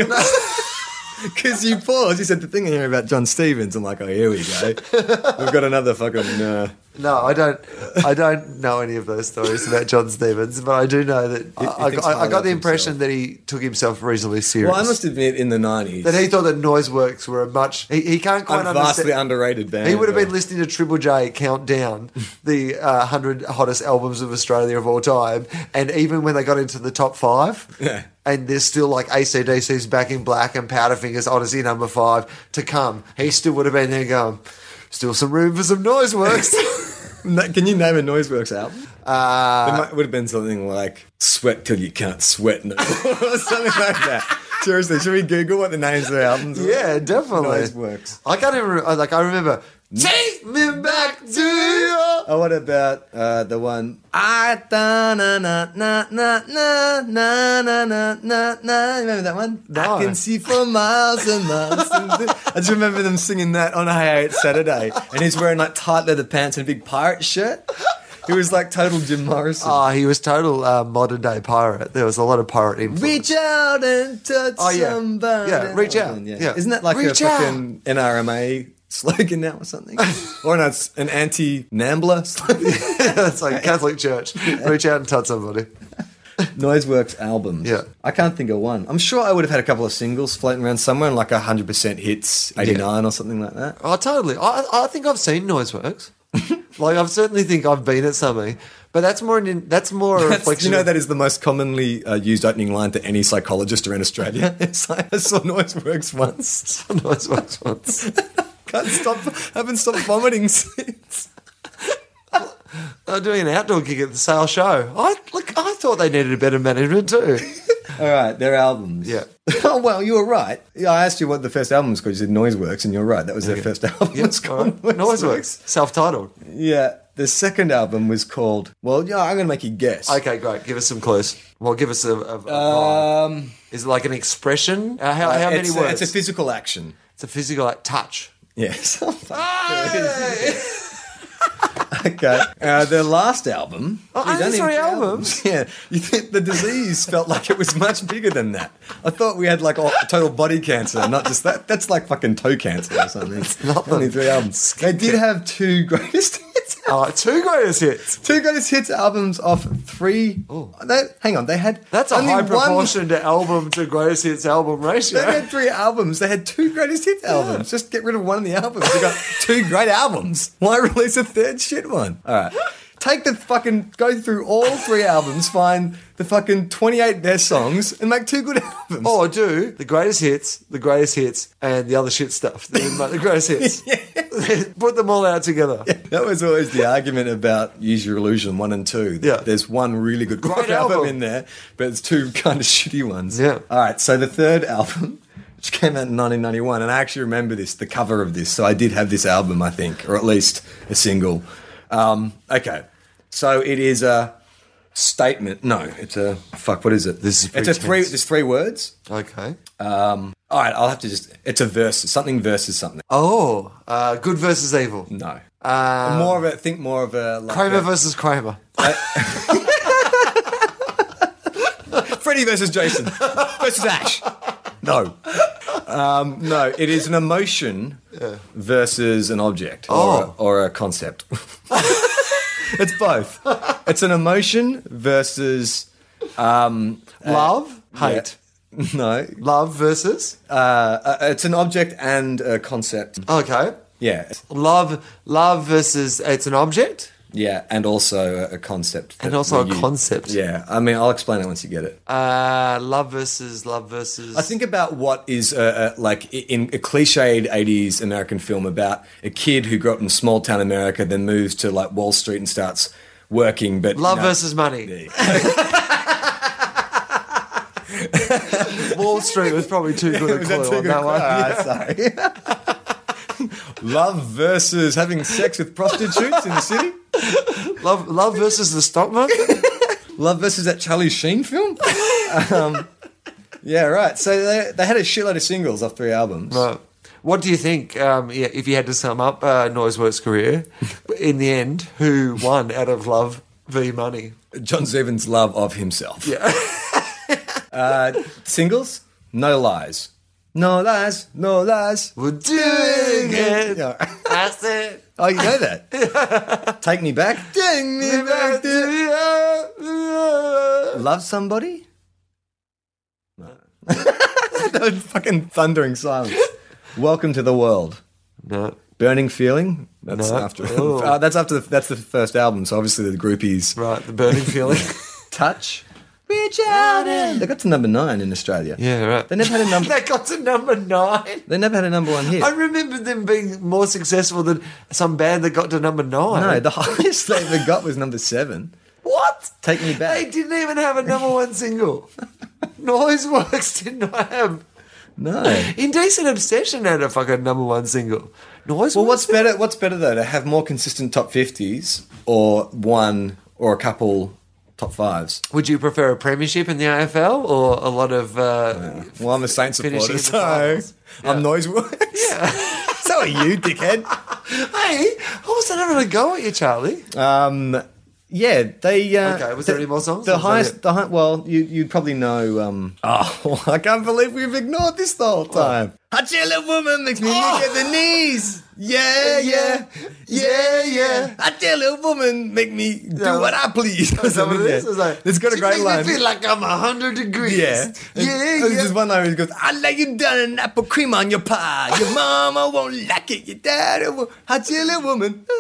C: Because you paused, you said the thing here about John Stevens. I'm like, oh, here we go. We've got another fucking. Uh,
A: no, I don't. I don't know any of those stories about John Stevens, but I do know that I,
C: thinks
A: I, I
C: highly
A: got the
C: of
A: impression that he took himself reasonably serious.
C: well, I must admit, in the 90s,
A: that he thought that noise works were a much he, he can't quite
C: I'm vastly
A: understand.
C: underrated band.
A: He would have been
C: but-
A: listening to Triple J count down the uh, 100 hottest albums of Australia of all time. And even when they got into the top five,
C: Yeah.
A: and there's still like ACDC's Back in Black and Powderfinger's Odyssey number five to come, he still would have been there going, still some room for some noise works.
C: Na- Can you name a Noiseworks album? Uh, it might, would have been something like "Sweat Till You Can't Sweat No," More," *laughs* or something like that. Seriously, should we Google what the names of the albums? were?
A: yeah, definitely.
C: Noiseworks.
A: I can't even, re- like, I remember, take me back to you.
C: Oh, what about uh, the one? I da na na na na na na na na na na. You Remember that one?
A: No.
C: I can see for miles and miles. and th- I just remember them singing that on a Hey It's Saturday, and he's wearing like tight leather pants and a big pirate shirt. He was like total Jim Morrison.
A: Oh, he was total uh, modern day pirate. There was a lot of pirate influence. *laughs*
C: Reach out and touch
A: Oh, yeah.
C: somebody. Oh,
A: Yeah, reach out. Yeah.
C: Isn't that like
A: Reach
C: a
A: out.
C: fucking NRMA slogan now
A: *laughs*
C: or something? or no, it's an anti-NAMBLA *laughs* slogan.
A: That's like Catholic Church. Reach out and touch somebody.
C: Noiseworks albums.
A: Yeah.
C: I can't think of one. I'm sure I would have had a couple of singles floating around somewhere and like 100% hits, 89 or something like that.
A: Oh, totally. I, I think I've seen
C: *laughs*
A: Noiseworks. like I certainly think I've been at something, but that's more an, that's more a
C: That's,
A: reflection.
C: you know,
A: of- *laughs*
C: that is the most commonly uh, used opening line to any psychologist around Australia. *laughs* It's like, I saw Noiseworks once.
A: Noiseworks once.
C: Can't stop, haven't stopped vomiting *laughs* since.
A: I'm doing an outdoor gig at the Sale Show. I look. I thought they needed a better management too.
C: All right, their albums.
A: Yeah.
C: *laughs* oh, well, you were right. Yeah, I asked you what the first album was called. You said Noiseworks, and you're right. That was their first *laughs* album.
A: Yeah,
C: It's called
A: all right. Noiseworks, self-titled.
C: Yeah. The second album was called. Well, yeah, I'm going to make you guess.
A: Okay, great. Give us some clues. Well, give us a. a, a
C: Um,
A: Is it like an expression? Uh, how how many
C: it's, a-
A: words?
C: It's a physical action.
A: It's a physical like, touch.
C: Yes. *laughs* okay. Uh, their last album.
A: Oh,
C: Geez,
A: only three albums?
C: *laughs* Yeah. You think the disease felt like it was much bigger than that? I thought we had like all, total body cancer, not just that. That's like fucking toe cancer or something.
A: nothing.
C: Only three albums. They did have two greatest *laughs* hits.
A: Oh, two greatest hits.
C: Two greatest hits albums off three. They, hang on, they had
A: That's a
C: only
A: high
C: one-
A: proportion to album to greatest hits album ratio.
C: They had three albums. They had two greatest hits albums. Just get rid of one of the albums. You got two great albums. Why release a third shit one? All right. Take the fucking go through all three albums, find the fucking twenty eight best songs, and make two good albums.
A: Or Oh, do the greatest hits, the greatest hits, and the other shit stuff. the greatest hits.
C: *laughs*
A: *laughs* Put them all out together.
C: That was always the argument about Use Your Illusion one and two.
A: Yeah.
C: There's one really good
A: Great
C: rock album.
A: album.
C: in there, but it's two kind of *laughs* shitty ones.
A: Yeah.
C: All right, so the third album, which came out in 1991, and I actually remember this, the cover of this. So I did have this album, I think, or at least a single. Um, okay, so it is a statement. No, it's a fuck. What is it?
A: This is
C: it's a
A: pretty
C: three.
A: tense.
C: There's three words.
A: Okay.
C: All right, I'll have to just. It's a verse. Something versus something.
A: Oh, uh, good versus evil.
C: No. more of a think more of a like
A: Kramer
C: a-
A: versus Kramer.
C: Freddy versus Jason versus Ash. No. Um, no, it is an emotion versus an object
A: Oh.
C: or, a, or a concept. *laughs* it's both. It's an emotion versus Uh,
A: Love, hate.
C: no.
A: Love versus.
C: Uh, it's an object and a concept.
A: Okay.
C: Yeah,
A: Love, love versus. It's an object
C: yeah, and also a, a concept.
A: and
C: that
A: also
C: we
A: a
C: use.
A: concept.
C: Yeah, I mean, I'll explain it once you get it.
A: Uh, love versus. Love versus.
C: I think about what is uh, uh, like i- in a cliched 80s American film about a kid who grew up in small town America, then moves to like Wall Street and starts working. But you
A: Love
C: know-
A: versus
C: *laughs*
A: money. Wall Street was probably too
C: *laughs*
A: good a
C: Was
A: clue
C: that too
A: on that
C: good?
A: one.
C: Ah, sorry. *laughs* Love versus having sex with prostitutes in the city.
A: Love, love versus the stock market.
C: Love versus that Charlie Sheen film. *laughs* Um, yeah, right. So they, they had a shitload of singles off three albums.
A: Right. What do you think? Um, yeah, if you had to sum up uh, Noiseworth's career, *laughs* in the end, who won out of love v money?
C: John Zevon's love of himself. Yeah. *laughs* uh, singles? No lies. No lies. No lies.
A: We're doing it.
C: Yeah.
A: That's *laughs* it.
C: Oh, you know that.
A: *laughs*
C: Take me back. Take me back. to- Love somebody? No. *laughs* that was fucking thundering silence. Welcome to the world.
A: No.
C: Burning feeling. That's
A: No.
C: after.
A: Oh.
C: *laughs* Uh, that's after. The, that's the first album. So obviously the groupies.
A: Right, the *laughs* burning feeling.
C: Touch. Reach out. and- They got to number nine in Australia.
A: yeah, right.
C: They never had a number.
A: That got to number nine.
C: They never had a number one hit.
A: I remember them being more successful than some band that got to number nine.
C: No, the highest they ever got was number seven.
A: What?
C: Take me back.
A: They didn't even have a number one *laughs* single. Noiseworks did not have.
C: No.
A: Indecent Obsession had a fucking number one single. Noiseworks.
C: Well, what's better? What's better though, to have more consistent top fifties or one or a couple top fives?
A: Would you prefer a premiership in the AFL or a lot of? Uh,
C: Well, I'm a Saints
A: Finishing
C: supporter,
A: in the finals.
C: so I'm noiseworks. *laughs* so are you, dickhead?
A: Hey, *laughs* I wasn't having a go at you, Charlie.
C: Um, yeah, they. Uh,
A: Okay, was there
C: the-
A: any more songs? Or
C: The
A: was that
C: highest,
A: it?
C: the high, well, you you probably know. Um, oh, *laughs* I can't believe we've ignored this the
A: Oh.
C: whole time. I chill a woman makes me look at the knees. Yeah, yeah, yeah, yeah. I tell a woman make me
A: Yeah,
C: do what *laughs* I please. Or
A: Is that what
C: something
A: it is?
C: there.
A: It's like,
C: it's got a
A: "She
C: great
A: make
C: line.
A: Me feel like I'm hundred degrees.
C: Yeah.
A: yeah,
C: There's
A: yeah.
C: this one line where he goes, I lay you down an apple cream on your pie.
A: *laughs*
C: Your mama won't like it. Your daddy won't. I tell a woman. *laughs*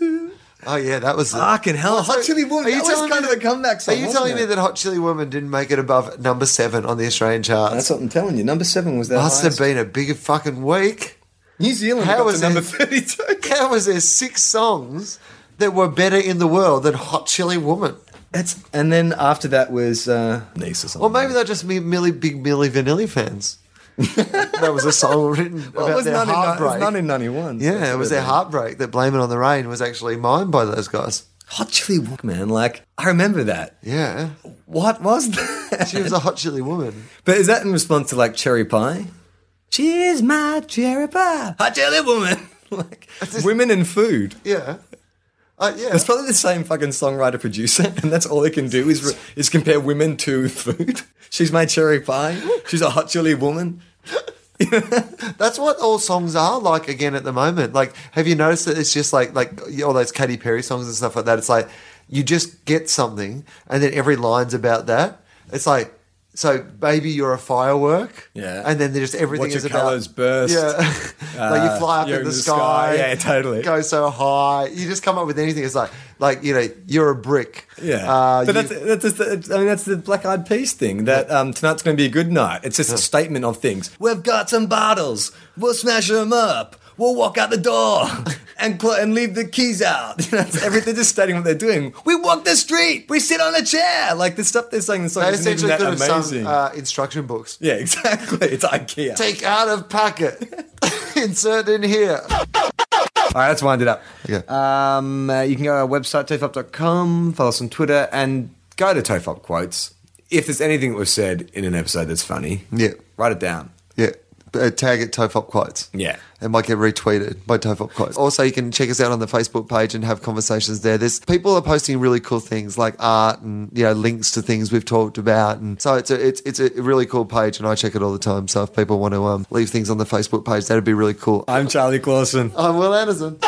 C: Ooh.
A: Oh yeah, that was. it.
C: Fucking hell,
A: Well, so-
C: Hot Chili Woman.
A: Are you
C: that was
A: telling me
C: kind of a
A: that-
C: comeback song.
A: Are you
C: wasn't
A: telling
C: it?
A: me that Hot Chili Woman didn't make it above number seven on the Australian charts?
C: That's what I'm telling you. Number seven was their
A: Must have
C: highest.
A: been a big fucking week.
C: New Zealand
A: How
C: got
A: was
C: to number
A: it?
C: 32.
A: How was there six songs that were better in the world than Hot Chili Woman?
C: That's, and then after that was uh, Nice or something.
A: Or maybe they're just me- Millie Big Millie Vanilli fans. *laughs* that was a song written about
C: Well, it was
A: their
C: 1990 it was
A: heartbreak.
C: 1991. so
A: yeah, it was their
C: whatever.
A: heartbreak that "Blame It on the Rain" was actually mined by those guys.
C: Hot Chili Walk, man. Like, I remember that.
A: Yeah,
C: What was that?
A: she was a hot chili woman.
C: But is that in response to like cherry pie? Cheers, my cherry pie. Hot jelly woman. *laughs* like women and food.
A: Yeah, uh, yeah.
C: It's probably the same fucking songwriter producer, *laughs* and that's all they can do is is compare women to food. *laughs* She's my cherry pie. She's a hot chili woman.
A: That's what all songs are like again at the moment. Like, have you noticed that it's just like like all those Katy Perry songs and stuff like that? It's like you just get something, and then every line's about that. It's like, so baby, you're a firework.
C: Yeah.
A: and then there's everything
C: Watch
A: is
C: your
A: about
C: colours burst.
A: Yeah, *laughs* like
C: Uh,
A: you fly up
C: you're
A: in the sky.
C: Yeah, totally.
A: Go so high. You just come up with anything. It's like like you know you're a brick.
C: Yeah,
A: uh,
C: but
A: you-
C: that's, that's that's I mean that's the Black Eyed Peas thing. That um, tonight's going to be a good night. It's just a statement of things. We've got some bottles. We'll smash them up. We'll walk out
A: *laughs*
C: the door and cl- and leave the keys out. *laughs* You know, it's everything just stating what they're doing. We walk the street. We sit on a chair. Like the stuff they're saying. in The song
A: they
C: isn't even
A: essentially
C: that
A: could have
C: amazing.
A: sung uh, instruction books.
C: yeah, *laughs* exactly. It's IKEA.
A: Take out of packet. *laughs* Insert in here.
C: All right, let's wind it up.
A: Okay.
C: Um, uh, you can go to our website, tofop.com, follow us on Twitter, and go to tofop quotes. If there's anything that was said in an episode that's funny,
A: Yeah.
C: write it down.
A: Yeah. Uh, tag it Tofop Quotes.
C: Yeah.
A: It might get retweeted by Tofop Quotes. Also, you can check us out on the Facebook page and have conversations there. There's people are posting really cool things like art and you know links to things we've talked about, and so it's a it's it's a really cool page, and I check it all the time. So if people want to um, leave things on the Facebook page, that'd be really cool.
C: I'm Charlie Clausen.
A: I'm Will Anderson.